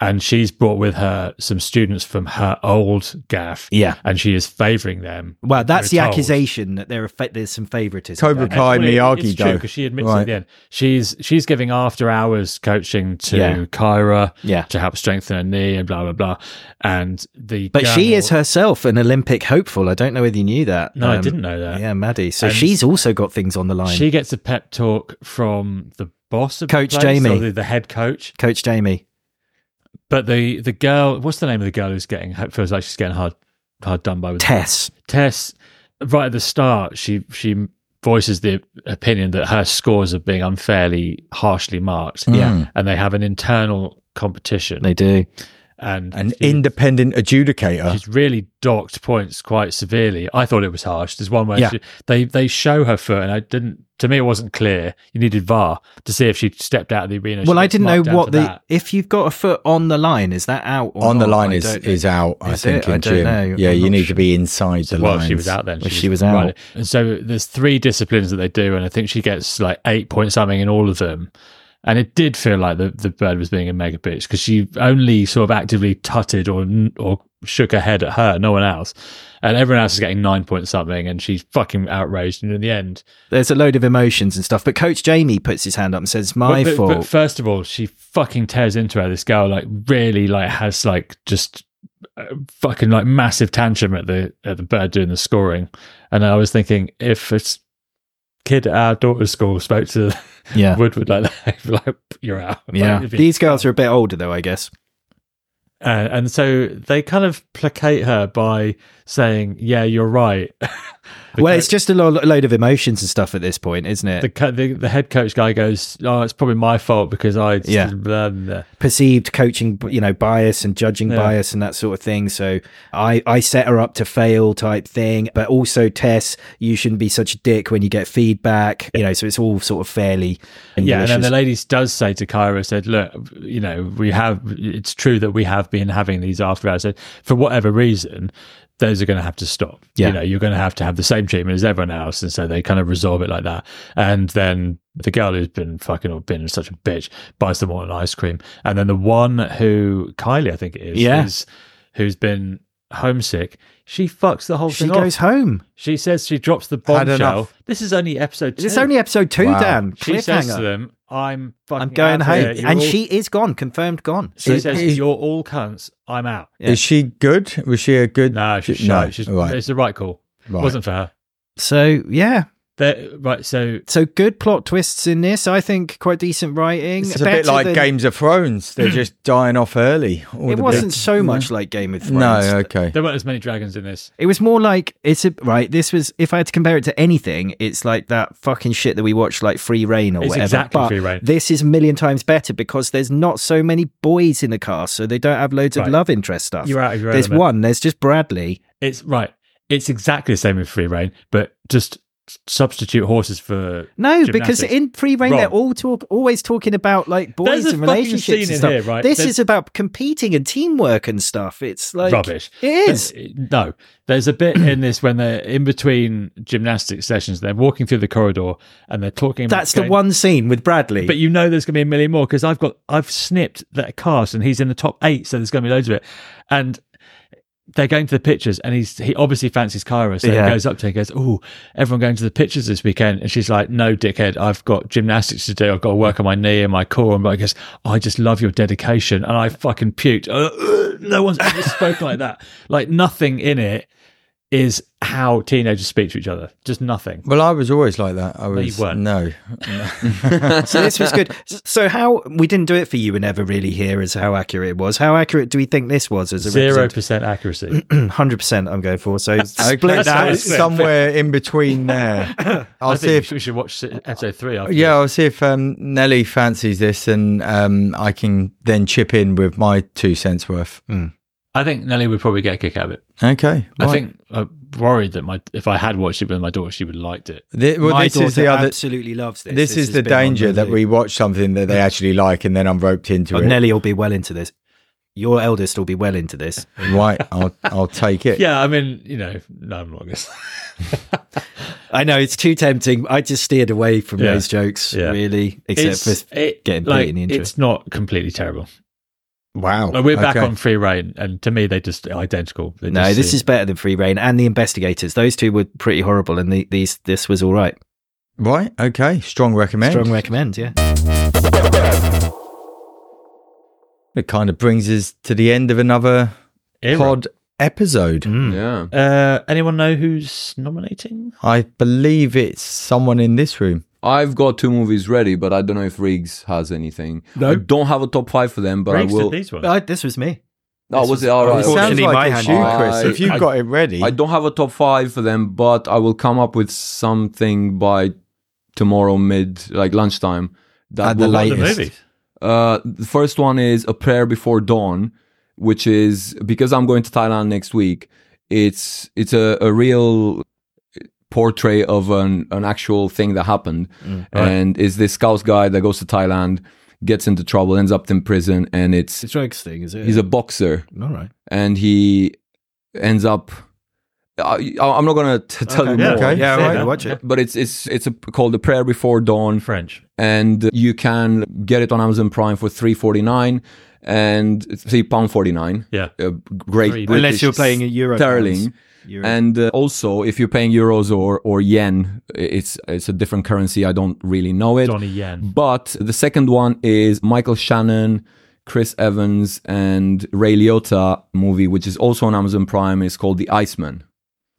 Speaker 3: and she's brought with her some students from her old gaff
Speaker 1: yeah.
Speaker 3: and she is favouring them
Speaker 1: Well, that's the
Speaker 3: We're told.
Speaker 1: accusation that there are fa- there's some favoritism.
Speaker 4: Cobra
Speaker 1: going on.
Speaker 4: Kai
Speaker 3: And, well, it-
Speaker 4: Miyagi
Speaker 3: it's true,
Speaker 4: Do.
Speaker 3: 'cause she admits it
Speaker 4: Right.
Speaker 3: at the end. She's she's giving after hours coaching to
Speaker 1: Yeah.
Speaker 3: Kyra
Speaker 1: Yeah,
Speaker 3: to help strengthen her knee and blah blah blah. And the
Speaker 1: but she
Speaker 3: girl-
Speaker 1: is herself an Olympic hopeful. I don't know whether you knew that.
Speaker 3: No, I
Speaker 1: Um,
Speaker 3: didn't know that.
Speaker 1: Yeah, Maddie. So
Speaker 3: And-
Speaker 1: she's also got things on the line.
Speaker 3: She gets a pep talk from the boss of the
Speaker 1: Coach
Speaker 3: place,
Speaker 1: Jamie.
Speaker 3: or the, the head coach.
Speaker 1: Coach Jamie.
Speaker 3: But the the girl, what's the name of the girl who's getting feels like she's getting hard hard done by with
Speaker 1: Tess.
Speaker 3: Tess, right at the start, she she voices the opinion that her scores are being unfairly harshly marked.
Speaker 4: Yeah.
Speaker 3: and they have an internal competition,
Speaker 1: They do.
Speaker 3: and
Speaker 4: An
Speaker 3: she-
Speaker 4: independent adjudicator.
Speaker 3: She's really docked points quite severely. I thought it was harsh. There's one where
Speaker 4: Yeah.
Speaker 3: she, they they show her foot, and I didn't. To me, it wasn't clear. You needed VAR to see if she stepped out of the arena.
Speaker 1: well,
Speaker 3: She
Speaker 1: I
Speaker 3: gets
Speaker 1: didn't know
Speaker 3: marked down for
Speaker 1: what the
Speaker 3: that.
Speaker 1: if you've got a foot on the line, is that out? Or
Speaker 4: on the
Speaker 1: not?
Speaker 4: line
Speaker 1: I
Speaker 4: is,
Speaker 1: don't know.
Speaker 4: is out, I
Speaker 1: Is
Speaker 4: think,
Speaker 1: it? I
Speaker 4: in
Speaker 1: don't
Speaker 4: June.
Speaker 1: know.
Speaker 4: Yeah,
Speaker 1: I'm
Speaker 4: you
Speaker 1: not
Speaker 4: need to
Speaker 1: sure.
Speaker 4: be inside the
Speaker 3: well,
Speaker 4: lines.
Speaker 3: she was out then.
Speaker 1: Well, she was
Speaker 3: running.
Speaker 1: out.
Speaker 3: And so there's three disciplines that they do, and I think she gets like eight point something in all of them. And it did feel like the, the bird was being a mega bitch because she only sort of actively tutted or or shook her head at her, no one else. And everyone else is getting nine point something, and she's fucking outraged. And in the end,
Speaker 1: There's a load of emotions and stuff, but Coach Jamie puts his hand up and says, "My
Speaker 3: but, but-
Speaker 1: fault."
Speaker 3: But first of all, she fucking tears into her. This girl like really like has like just uh, fucking like massive tantrum at the at the bird doing the scoring. And I was thinking if it's kid at our daughter's school spoke to (laughs)
Speaker 1: yeah,
Speaker 3: Woodward like that, (laughs) I'd be like you're out. Like,
Speaker 1: yeah.
Speaker 3: it'd be-
Speaker 1: These girls are a bit older though, I guess.
Speaker 3: uh, and so they kind of placate her by saying, "Yeah, you're right." (laughs) The
Speaker 1: well,
Speaker 3: co-
Speaker 1: it's just a lo- load of emotions and stuff at this point, isn't it?
Speaker 3: the, co- the the head coach guy goes, "Oh, it's probably my fault because I just
Speaker 1: Yeah.
Speaker 3: blah, blah, blah."
Speaker 1: perceived coaching you know bias and judging
Speaker 3: Yeah.
Speaker 1: bias and that sort of thing so i i set her up to fail type thing but also tess you shouldn't be such a dick when you get feedback you know so it's all sort of fairly
Speaker 3: yeah, and then
Speaker 1: malicious.
Speaker 3: the lady does say to Kyra, said, look, you know, we have, it's true that we have been having these after hours. So For whatever reason, those are going to have to stop.
Speaker 1: Yeah.
Speaker 3: You know, you're going to have to have the same treatment as everyone else. And so they kind of resolve it like that. And then the girl who's been fucking or been such a bitch buys them all an ice cream. And then the one who, Kylie, I think it is,
Speaker 1: Yeah.
Speaker 3: is- who's been homesick, she fucks the whole
Speaker 1: she
Speaker 3: thing
Speaker 1: goes
Speaker 3: off.
Speaker 1: home
Speaker 3: She says she drops the
Speaker 4: Had enough.
Speaker 3: bombshell. This is only episode two.
Speaker 1: it's only episode two
Speaker 4: Wow.
Speaker 1: dan
Speaker 3: She says to
Speaker 1: cliffhanger
Speaker 3: them, "I'm fucking.
Speaker 1: i'm going
Speaker 3: out of here.
Speaker 1: home
Speaker 3: You're
Speaker 1: and
Speaker 3: all-
Speaker 1: she is gone confirmed gone
Speaker 3: She
Speaker 4: Is-
Speaker 3: says,
Speaker 4: is-
Speaker 3: "You're all cunts. I'm out."
Speaker 1: Yeah.
Speaker 4: Is she good? Was she a good?
Speaker 3: No, she's
Speaker 4: No,
Speaker 3: shy. She's,
Speaker 4: right.
Speaker 3: It's the right call.
Speaker 4: Right.
Speaker 3: Wasn't for her.
Speaker 1: so yeah
Speaker 3: They're- right. So
Speaker 1: so good plot twists in this i think quite decent writing
Speaker 4: It's a bit
Speaker 1: Better
Speaker 4: like
Speaker 1: than-
Speaker 4: Games of Thrones.
Speaker 3: Hmm.
Speaker 4: They're just dying off early. All the
Speaker 1: it
Speaker 4: big-
Speaker 1: wasn't so much like game of thrones
Speaker 4: No, okay.
Speaker 3: there weren't as many dragons in this.
Speaker 1: It was more like it's a, right. This was if I had to compare it to anything, it's like that fucking shit that we watched, like Free Rain or
Speaker 3: It's
Speaker 1: whatever.
Speaker 3: exactly
Speaker 1: but
Speaker 3: Free Reign.
Speaker 1: This is a million times better because there's not so many boys in the cast, so they don't have loads of
Speaker 3: Right.
Speaker 1: love interest stuff.
Speaker 3: You're out of your
Speaker 1: there's
Speaker 3: element.
Speaker 1: one. There's just Bradley.
Speaker 3: It's right. It's exactly the same with free reign, but just substitute horses for
Speaker 1: No, because
Speaker 3: Gymnastics.
Speaker 1: in Free Rain
Speaker 3: Wrong.
Speaker 1: they're all talk, always talking about like boys
Speaker 3: There's a
Speaker 1: and
Speaker 3: fucking
Speaker 1: relationships
Speaker 3: scene
Speaker 1: and
Speaker 3: in
Speaker 1: stuff.
Speaker 3: here, right?
Speaker 1: This
Speaker 3: There's-
Speaker 1: is about competing and teamwork and stuff. It's like
Speaker 3: rubbish. uh,
Speaker 1: It is.
Speaker 3: No, there's
Speaker 1: (clears throat)
Speaker 3: a bit in this when they're in between gymnastics sessions. They're walking through the corridor and they're talking. About
Speaker 1: That's the
Speaker 3: going-
Speaker 1: one scene with Bradley.
Speaker 3: But you know there's going to be a million more because I've got I've snipped that cast and he's in the top eight, so there's going to be loads of it. And they're going to the pictures, and he's he obviously fancies Kyra, so
Speaker 1: Yeah.
Speaker 3: he goes up to her and goes, "Oh, everyone going to the pictures this weekend?" And she's like, "No, dickhead, I've got gymnastics to do. I've got to work on my knee and my core." And I goes, "I just love your dedication," and I fucking puked. Uh, no one's ever spoken like that. (laughs) Like nothing in it is how teenagers speak to each other. Just nothing.
Speaker 4: Well, I was always like that. I
Speaker 3: you
Speaker 4: was
Speaker 3: weren't.
Speaker 4: no.
Speaker 1: so this was good. S- So how we didn't do it for you were never really here is how accurate it was. How accurate do we think this was as a
Speaker 3: Zero percent accuracy.
Speaker 1: (clears throat) Hundred percent, I'm going for. So
Speaker 4: Okay,
Speaker 1: split
Speaker 4: that
Speaker 1: that.
Speaker 4: is somewhere
Speaker 3: (laughs)
Speaker 4: in between there. I'll
Speaker 3: I
Speaker 4: see
Speaker 3: think
Speaker 4: if
Speaker 3: we should watch episode three. After
Speaker 4: yeah, I'll see if um, Nelly fancies this, and um, I can then chip in with my two cents worth.
Speaker 3: I think Nelly would probably get a kick out of it.
Speaker 4: Okay,
Speaker 3: Hmm. I
Speaker 4: right.
Speaker 3: think I'm worried that my if I had watched it with my daughter, she would have liked it.
Speaker 4: Thi- well,
Speaker 1: My
Speaker 4: this
Speaker 1: daughter
Speaker 4: is the other.
Speaker 1: absolutely loves this.
Speaker 4: This, is
Speaker 1: has
Speaker 4: the
Speaker 1: been on
Speaker 4: danger that
Speaker 1: loop.
Speaker 4: we watch something that they
Speaker 3: Hmm.
Speaker 4: actually like, and then I'm roped into
Speaker 1: Oh,
Speaker 4: it.
Speaker 1: Nelly will be well into this. Your eldest will be well into this.
Speaker 4: Right, I'll I'll take
Speaker 3: (laughs)
Speaker 4: it.
Speaker 3: Yeah, I mean, you know, no, I'm not gonna. say-
Speaker 1: I know it's too tempting. I just steered away from
Speaker 3: Yeah.
Speaker 1: those jokes,
Speaker 3: Yeah.
Speaker 1: really, (laughs) except
Speaker 3: It's-
Speaker 1: for
Speaker 3: it-
Speaker 1: getting
Speaker 3: like,
Speaker 1: beat in the intro.
Speaker 3: It's not completely terrible.
Speaker 4: Wow,
Speaker 3: Like, we're back
Speaker 4: Okay.
Speaker 3: on free reign, and to me, they just identical. They
Speaker 1: no,
Speaker 3: just
Speaker 1: this
Speaker 3: seem-
Speaker 1: is better than Free Reign and the Investigators. Those two were pretty horrible, and the, these this was all right.
Speaker 4: Right, okay, strong recommend.
Speaker 1: Strong recommend, yeah.
Speaker 4: It kind of brings us to the end of another
Speaker 3: Era.
Speaker 4: pod episode.
Speaker 2: yeah.
Speaker 3: Uh, anyone know who's nominating?
Speaker 4: I believe it's someone in this room.
Speaker 2: I've got two movies ready, but I don't know if Riggs has anything. No. I don't have a top five for them, but
Speaker 3: Riggs
Speaker 2: I will.
Speaker 3: did these ones.
Speaker 1: Oh, this was me.
Speaker 2: Oh, was it? All right.
Speaker 4: It sounds
Speaker 1: Unfortunately,
Speaker 4: like
Speaker 1: my
Speaker 4: my
Speaker 1: hand-
Speaker 4: it's you, Chris.
Speaker 2: I-
Speaker 4: if you've
Speaker 2: I-
Speaker 4: got it ready,
Speaker 2: I don't have a top five for them, but I will come up with something by tomorrow mid, like lunchtime. That
Speaker 4: At the
Speaker 2: will-
Speaker 3: the
Speaker 4: latest.
Speaker 3: movies.
Speaker 2: Uh, the first one is A Prayer Before Dawn, which is because I'm going to Thailand next week. It's it's a, a real portrait of an an actual thing that happened,
Speaker 4: Mm,
Speaker 2: and is this scouts guy that goes to Thailand, gets into trouble, ends up in prison, and it's
Speaker 1: It's Drake's thing, is it?
Speaker 2: he's a boxer
Speaker 1: all right.
Speaker 2: and he ends up. I, I'm not gonna t- tell you more,
Speaker 4: Okay. Yeah.
Speaker 3: Say
Speaker 4: Right.
Speaker 3: that.
Speaker 4: Watch it.
Speaker 2: but it's it's it's a, called the prayer before dawn.
Speaker 3: French.
Speaker 2: and you can get it on Amazon Prime for three forty nine and three pound forty nine.
Speaker 3: Yeah.
Speaker 2: Uh, great,
Speaker 3: Three.
Speaker 2: British
Speaker 1: Unless you're playing a euro.
Speaker 2: sterling,
Speaker 1: Euro.
Speaker 2: and uh, also if you're paying euros or or yen, it's it's a different currency. I don't really know it.
Speaker 3: Donnie Yen.
Speaker 2: But the second one is Michael Shannon, Chris Evans, and Ray Liotta movie, which is also on Amazon Prime. It's called The Iceman.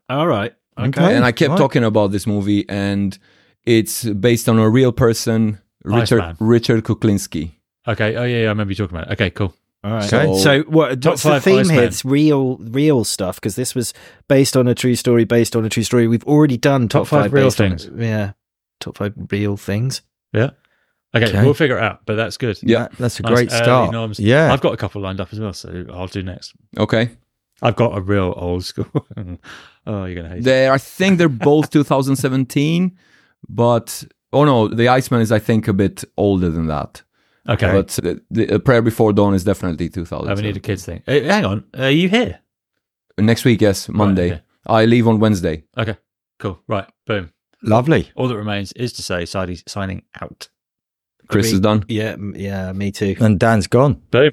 Speaker 1: all right. Okay.
Speaker 4: Okay.
Speaker 2: and I kept
Speaker 4: right.
Speaker 2: talking about this movie, and it's based on a real person, Richard
Speaker 3: Iceman.
Speaker 2: Richard Kuklinski.
Speaker 3: Okay. Oh yeah, yeah, I remember you talking about. it. Okay, cool.
Speaker 1: All right.
Speaker 2: So-
Speaker 1: So, what, Uh,
Speaker 3: Top
Speaker 1: what's the
Speaker 3: five
Speaker 1: theme
Speaker 3: Iceman.
Speaker 1: here? It's real, real stuff because this was based on a true story, based on a true story. We've already done top,
Speaker 3: Top five real
Speaker 1: based on
Speaker 3: things.
Speaker 1: it. Yeah. Top five real things.
Speaker 3: Okay,
Speaker 4: Okay.
Speaker 3: we'll figure it out. But that's good.
Speaker 2: Yeah.
Speaker 4: That- that's a
Speaker 3: Nice
Speaker 4: great
Speaker 3: early
Speaker 4: start.
Speaker 3: norms.
Speaker 4: Yeah.
Speaker 3: I've got a couple lined up as well, so I'll do next.
Speaker 2: Okay,
Speaker 3: I've got a real old school. (laughs) oh, you're gonna hate.
Speaker 2: they I think they're
Speaker 3: (laughs)
Speaker 2: both 2017, but oh no, the Iceman is I think a bit older than that.
Speaker 3: it. Okay.
Speaker 2: But the, the Prayer Before Dawn is definitely 2000.
Speaker 3: I need a kids thing. Hey, hang on, are you here?
Speaker 2: Next week, yes, Monday.
Speaker 3: okay.
Speaker 2: I leave on Wednesday.
Speaker 3: Okay, cool. Right, boom.
Speaker 4: Lovely.
Speaker 3: All that remains is to say, Sidey signing out.
Speaker 2: Chris
Speaker 1: Agree.
Speaker 2: is done.
Speaker 1: Yeah. m- Yeah. Me too.
Speaker 4: And Dan's gone.
Speaker 3: Boom.